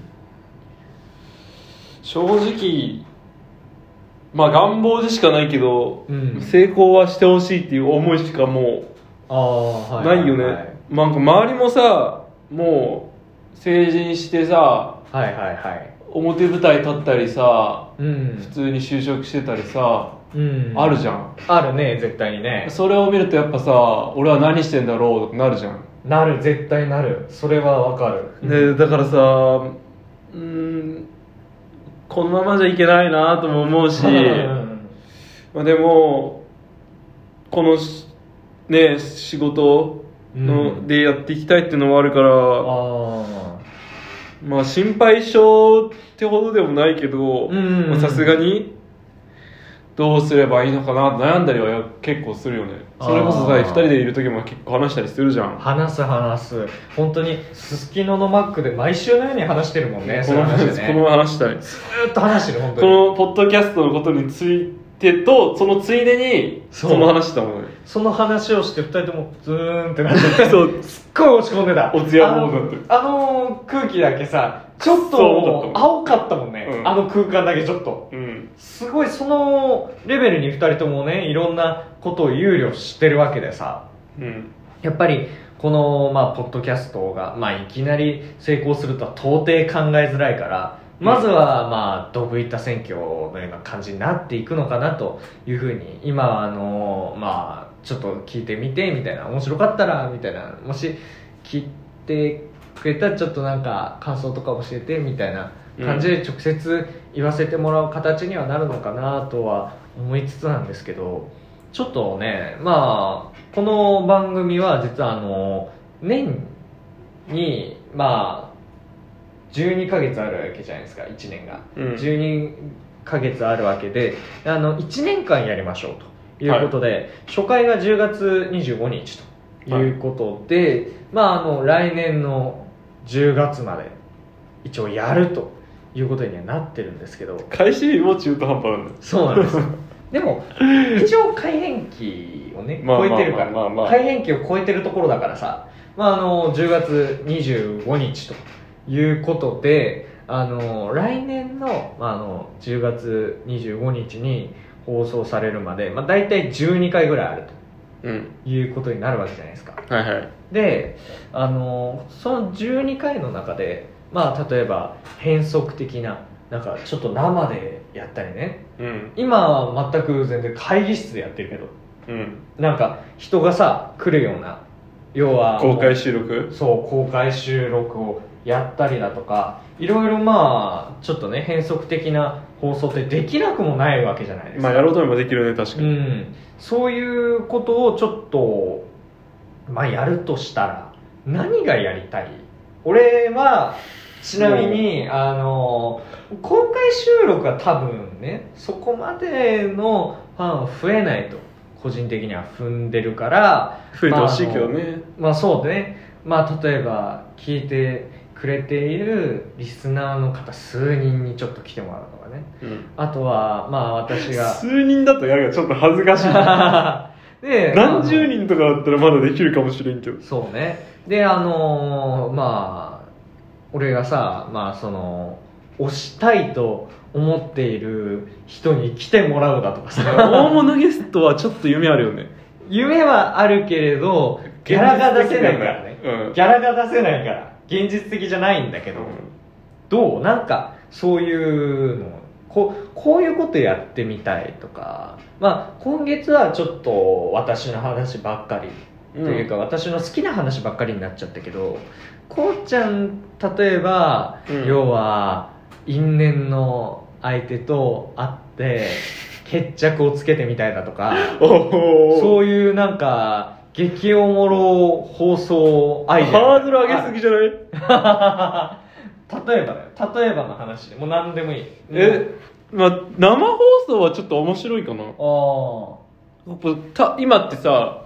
B: 正直まあ願望でしかないけど、
A: うん
B: 成功はしてほしいっていう思いしかも
A: ああ
B: う
A: は
B: ないよね、なんか周りもさもう成人してさ
A: はいはいはい
B: 表舞台立ったりさ
A: うん
B: 普通に就職してたりさ、
A: うん
B: あるじゃん
A: あるね絶対にね
B: それを見るとやっぱさ俺は何してんだろうとかなるじゃん、
A: なる絶対なるそれはわかる
B: でだからさうーんこのままじゃいけないなとも思うし
A: うん
B: まあ、でもこのしね仕事の、
A: うん
B: でやっていきたいっていうのもあるから
A: あ
B: まあ心配性ってほどでもないけど
A: うんうんうん
B: まあさすがにどうすればいいのかなって悩んだりはや結構するよねそれこそさ
A: あー
B: 2人でいる時も結構話したりするじゃ
A: あ
B: ん
A: 話す話す本当にすすきののマックで毎週のように話してるもんね
B: こ
A: その
B: の
A: 話
B: 話
A: で
B: この
A: ね
B: 話したり
A: ずーっと話してる本当
B: こ
A: に
B: のポッドキャストのことについてとそのついでに
A: そ
B: そうの話したもんね
A: その話をして二人ともズーンってなってて
B: そう
A: すっごい落ち込んでた
B: お通夜モードになってる
A: あのあの空気だけさちょっ
B: そ
A: と
B: う
A: 青かったもんね、
B: うん
A: あの空間だけちょっと
B: うん
A: すごいそのレベルに二人ともねいろんなことを憂慮してるわけでさ
B: うん
A: やっぱりこの、まあ、ポッドキャストが、まあ、いきなり成功するとは到底考えづらいからまずは、まあ、どぶ板選挙のような感じになっていくのかなというふうに今あの、まあ、ちょっと聞いてみてみたいな面白かったらみたいなもし聞いてくれたらちょっとなんか感想とか教えてみたいな感じで直接言わせてもらう形にはなるのかなとは思いつつなんですけどちょっとねまあこの番組は実はあの年にまあ12ヶ月あるわけじゃないですか1年が、
B: うん
A: 12ヶ月あるわけであの1年間やりましょうということで、初回が10月25日ということで、まああの来年の10月まで一応やるということにはなってるんですけど
B: 開始日も中途半端なんだよ
A: そうなんです でも一応改変期をね
B: まあ
A: 超えてるから
B: まあまあまあまあ
A: 改変期を超えてるところだからさ、まあ、あの10月25日ということであの来年の,、まあ、あの10月25日に放送されるまで、まあ、大体12回ぐらいある
B: うん
A: ということになるわけじゃないですか
B: はいはい
A: であのその12回の中で、まあ、例えば変則的ななんかちょっと生でやったりね
B: うん
A: 今は全く全然会議室でやってるけど
B: うん
A: なんか人がさ来るような要は
B: 公開収録
A: そう公開収録をやったりだとかいろいろまあちょっとね変則的な放送ってできなくもないわけじゃないですか
B: まあやろうと思えばできるね確
A: う
B: かに、
A: ん、そういうことをちょっと、まあ、やるとしたら何がやりたい俺はちなみに、あの公開収録は多分ねそこまでのファンは増えないと個人的には踏んでるから
B: 増えてほしいけどね、
A: まあそうねまあ例えば聞いてくれているリスナーの方数人にちょっと来てもらうとかね
B: うん
A: あとはまあ私 が
B: 数人だとやるがちょっと恥ずかしい
A: で
B: 何
A: ま
B: 十
A: あ
B: 人とかだったらまだできるかもしれんけど
A: そうねであのーまあ俺がさまあその推したいと思っている人に来てもらうだとか さ
B: 大物ゲストはちょっと夢あるよね
A: 夢はあるけれどギャラが出せないからね
B: うん
A: ギャラが出せないから現実的じゃないんだけど、どうなんかそういうのこうこういうことやってみたいとか、まあ、今月はちょっと私の話ばっかり
B: うん
A: というか、私の好きな話ばっかりになっちゃったけどこうちゃん例えば、
B: うん
A: 要は因縁の相手と会って決着をつけてみたいだとか
B: おお
A: そういうなんか激おもろ放送アイデア
B: ハードル上げすぎじゃない
A: 例えばだよ例えばの話でもう何でもいい
B: えまあ生放送はちょっと面白いかな
A: ああ
B: やっぱた今ってさ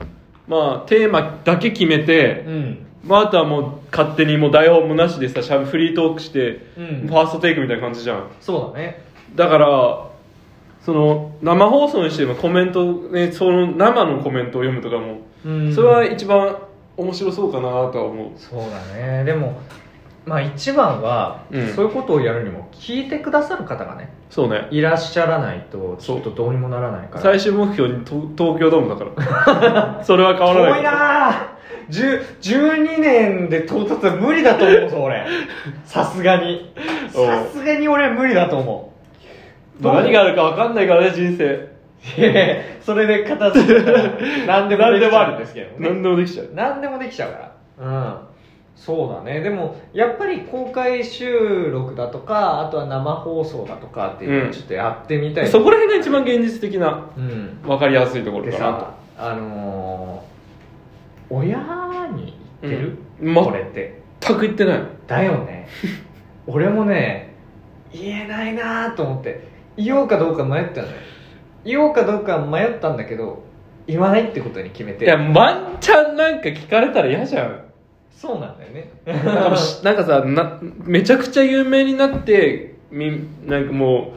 B: まあテーマだけ決めて、
A: うん
B: まあ、あとはもう勝手にもう台本もなしでさしゃべフリートークして、
A: うん
B: ファーストテイクみたいな感じじゃん
A: そうだね
B: だからその生放送にしてもコメント、ね、その生のコメントを読むとかも、
A: うん
B: それは一番面白そうかなとは思う
A: そうだねでもまあ一番は、
B: うん
A: そういうことをやるにも聞いてくださる方がね
B: そうね
A: いらっしゃらないとち
B: そう
A: ょっとどうにもならないから
B: 最終目標にと東京ドームだから それは変わら
A: 遠
B: ない
A: いなー10 12年で到達は無理だと思うぞ俺さすがに
B: おう
A: さすがに俺は無理だと 思う
B: 何があるか分かんないからね人生
A: いやいやそれで片付けたら何でもできちゃうんですけどね
B: 何でもできちゃう
A: 何でもできちゃうからうんそうだねでもやっぱり公開収録だとかあとは生放送だとかっていうの
B: う
A: を
B: ん
A: ちょっとやってみたい、
B: そこら辺が一番現実的な
A: うん
B: 分かりやすいところ
A: で
B: かな
A: さあのー親に言ってる、
B: うんま
A: これって
B: と全く言ってない
A: だよ ね俺もね言えないなと思って言おうかどうか迷ったのよ言おうかどうか迷ったんだけど言わないってことに決め
B: いや
A: て
B: ワンチャンなんか聞かれたら嫌じゃん
A: そうなんだよね
B: なんかしなんかさなめちゃくちゃ有名になってみなんかも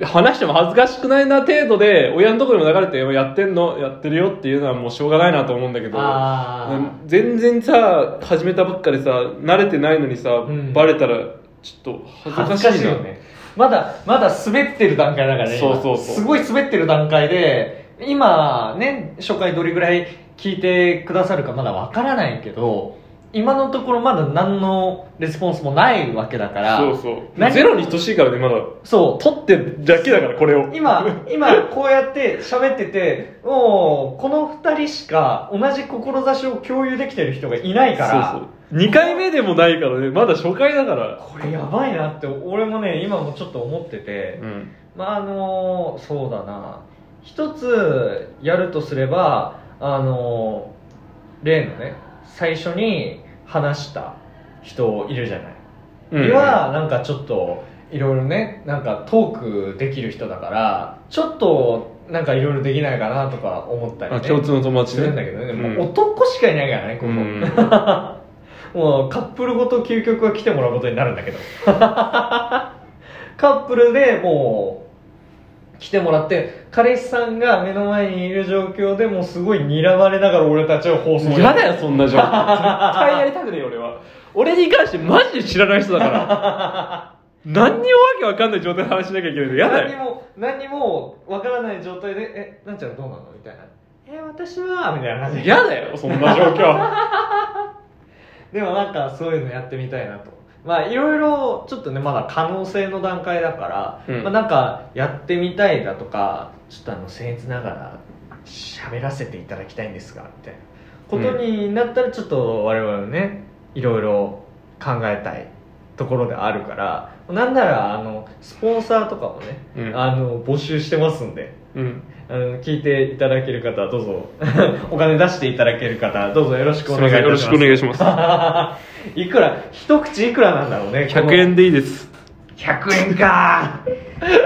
B: う話しても恥ずかしくないな程度で親のところにも流れてやってんのやってるよっていうのはもうしょうがないなと思うんだけど
A: あー
B: 全然さ始めたばっかでさ慣れてないのにさ、
A: ん
B: バレたらちょっと恥
A: 恥
B: ず
A: ず
B: か
A: か
B: し
A: し
B: い
A: い
B: な
A: よねまだまだ滑ってる段階だからね今
B: そうそうそう
A: すごい滑ってる段階で今ね初回どれぐらい聞いてくださるかまだわからないけど今のところまだ何のレスポンスもないわけだから
B: そうそう
A: 何
B: ゼロに等しいからねまだ
A: そう
B: 取ってるだけだからこれを
A: 今今こうやって喋っててもうこの2人しか同じ志を共有できてる人がいないから
B: そうそう2回目でもないからねまだ初回だから
A: これやばいなって俺もね今もちょっと思ってて、
B: うん
A: まああのそうだな一つやるとすればあの例のね最初に話した人いるじゃない、
B: うん
A: にはなんかちょっといろいろねなんかトークできる人だからちょっとなんかいろいろできないかなとか思ったり、
B: あ
A: ね、
B: 共通の友達
A: する
B: ね
A: んだけどね、
B: うん
A: もう男しかいないからねこ
B: う
A: こ、
B: ん
A: もうカップルごと究極は来てもらうことになるんだけどカップルでもう来てもらって彼氏さんが目の前にいる状況でもうすごい睨まれながら俺たちは放送
B: 嫌だよそんな状況絶対やりたくねえよ俺は俺に関してマジで知らない人だから 何にもわけわかんない状態で話しなきゃいけないの嫌だ
A: 何に
B: よ
A: も何にもわからない状態で「えなんちゃんどうなの?」みたいな「え私は」みたいな感じ
B: 嫌だよそんな状況
A: でもなんかそういうのやってみたいなとまあいろいろちょっとねまだ可能性の段階だから、
B: うん
A: まあ、なんかやってみたいだとかちょっとあの僭越ながら喋らせていただきたいんですがみたいなことになったらちょっと我々ねいろいろ考えたいところであるからなんならあのスポンサーとかもね、
B: うん
A: あの募集してますんで
B: うん
A: あの聞いていただける方どうぞ お金出していただける方どうぞよろし
B: す
A: く
B: い
A: お願
B: ま
A: いい
B: せんよ
A: た
B: ろ
A: し
B: し
A: ま
B: く
A: す
B: お願いします
A: いくら一口いくらなんだろうねこの
B: 100円でいいです
A: 100円か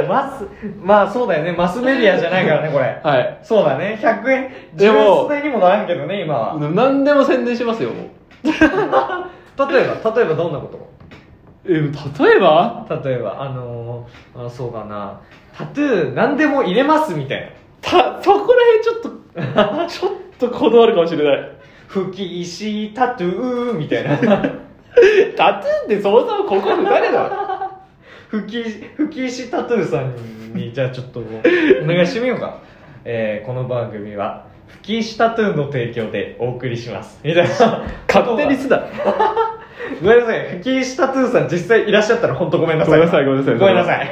A: マスまあそうだよねマスメディアじゃないからねこれ
B: はい
A: そうだね100円
B: でも
A: 10円にもならんけどね今は
B: 何でも宣伝しますよもう
A: 例えば例えばどんなこと
B: え例えば
A: 例えばあのーあそうかなタトゥー何でも入れますみたいな
B: たそこら辺ちょっと ちょっとこだわるかもしれない
A: 吹石タトゥーみたいな
B: タトゥーってそもそもここ誰だ
A: 吹石吹石タトゥーさんにじゃあちょっとお願いしてみようか、えーこの番組は吹石タトゥーの提供でお送りしますみたいな
B: 勝手にすな
A: ごめんなさい吹石タトゥーさん実際いらっしゃったら本当ごめんなさい
B: ごめんなさいごめんなさい
A: ごめんなさい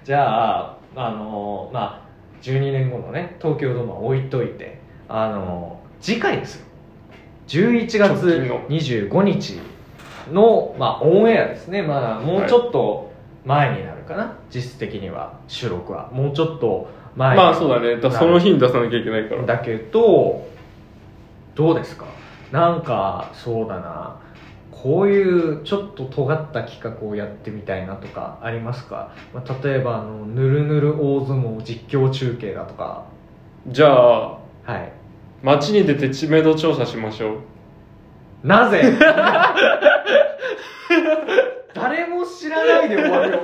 A: じゃああのーまあ12年後のね東京ドームは置いといてあのー次回ですよ11
B: 直
A: 月
B: 近の
A: 25日の、まあ、オンエアですね、まあ、もうちょっと前になるかな、実質的には収録はもうちょっと前に
B: まあそうだねだその日に出さなきゃいけないから
A: だけどどうですかなんかそうだなこういうちょっと尖った企画をやってみたいなとかありますか、まあ、例えばあのぬるぬる大相撲実況中継だとか
B: じゃあ
A: はい
B: 街に出て知名度調査しましょう
A: なぜ 誰も知らないで終わるよ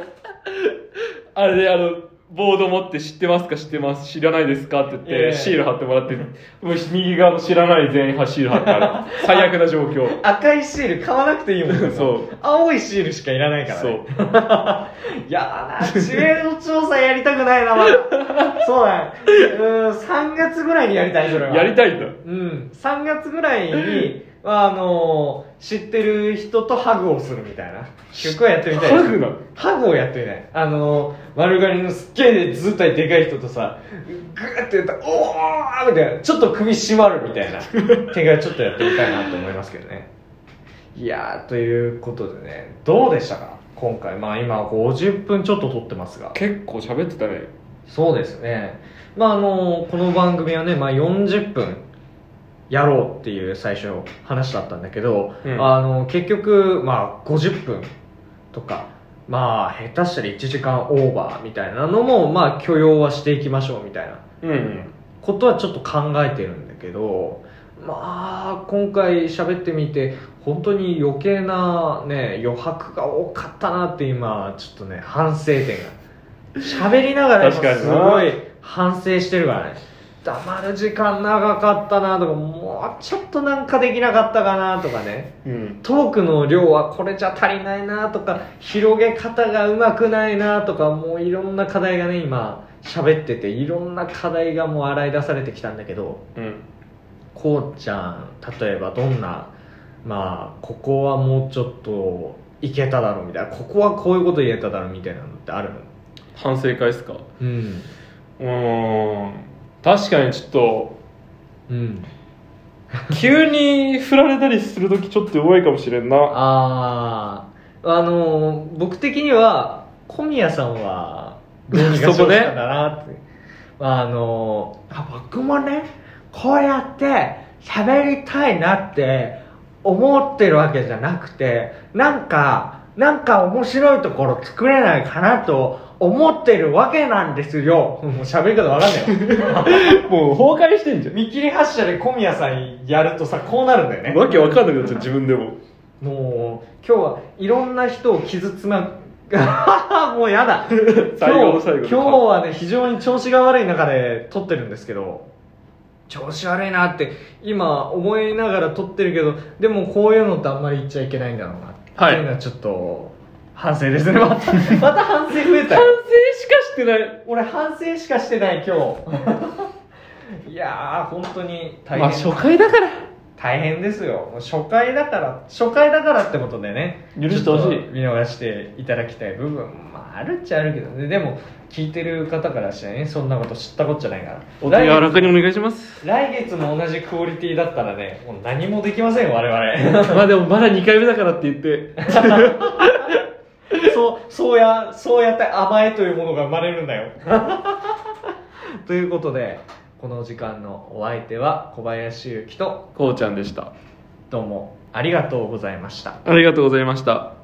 B: あれであのボード持って知ってますか知ってます知らないですかって言って、
A: ええ
B: シール貼ってもらってもう右側の知らない全員はシール貼っ てある最悪な状況
A: 赤いシール買わなくていいもん
B: そう
A: 青いシールしかいらないから、ね、
B: そう
A: いやーな、知名度調査やりたくないな、まだ。そうだね。うーん、3月ぐらいにやりたい、それは。
B: やり
A: い。
B: たいんだ
A: うん、3月ぐらい に、まああのー知ってる人とハグをするみたいな。曲はやってみたいです。
B: ハグな
A: ハグをやってみたい。あのー丸刈りのすっげえ図体でかい人とさ、グーってやったら、おーみたいな。ちょっと首締まるみた いな。手がちょっとやってみたいなと思いますけどね。いやー、ということでね、どうでしたか今回。まあ今50分ちょっと撮ってますが。
B: 結構喋ってたね
A: そうですね。まああのこの番組はね、まあ40分やろうっていう最初話だったんだけど、
B: うん
A: あの結局まあ50分とか、まあ下手したら1時間オーバーみたいなのもまあ許容はしていきましょうみたいな
B: うん、うん、
A: ことはちょっと考えてるんだけど、まあ今回喋ってみて本当に余計なね余白が多かったなって今ちょっとね反省点が喋りながら今
B: 確かにな
A: すごい反省してるからね黙る時間長かったなとかもうちょっとなんかできなかったかなとかね
B: うん、
A: トークの量はこれじゃ足りないなとか広げ方がうまくないなとかもういろんな課題がね今喋ってていろんな課題がもう洗い出されてきたんだけど
B: うん、
A: こうちゃん例えばどんなまあここはもうちょっといけただろうみたいなここはこういうこと言えただろうみたいなのってあるの
B: 反省会っすか
A: うん
B: うーん確かにちょっと
A: うん
B: 急に振られたりするときちょっと弱いかもしれんな
A: あああのー僕的には小宮さん はどうにかし
B: そ
A: よ
B: こ
A: う
B: ね
A: したんだなって、あのーあ僕もねこうやって喋りたいなって思ってるわけじゃなくてなんかなんか面白いところ作れないかなと思ってるわけなんですよ もう喋り方わかん ないよ
B: もう崩壊してんじゃ
A: 見切り発車で小宮さんやるとさこうなるんだよね
B: んわけわかんなくなっちゃう自分でも
A: もう今日はいろんな人を傷つま もうやだ
B: 最後の最後
A: 今日今日はね非常に調子が悪い中で撮ってるんですけど調子悪いなって今思いながら撮ってるけどでもこういうのってあんまり言っちゃいけないんだろうな
B: はい
A: っていうのはちょっと反省です ねまたまた反省増えた
B: 反
A: よ
B: 省しかしてない
A: 俺反省しかしてない今日 いやー本当に大変、
B: まあ初回だから
A: 大変ですよもう初回だから初回だからってことでね
B: 許してほしい
A: ちょっと見逃していただきたい部分まああるっちゃあるけどねでも聞いてる方からしてねそんなこと知ったことじゃないから
B: お手柔
A: 来
B: らかにお願いします
A: 月来月も同じクオリティだったらねもう何もできませんよ我 々
B: まあでもまだ2回目だからって言って
A: そうそうやそうやって甘えというものが生まれるんだよ ということでこの時間のお相手は小林ゆきと
B: こうちゃんでした
A: どうもありがとうございました
B: ありがとうございました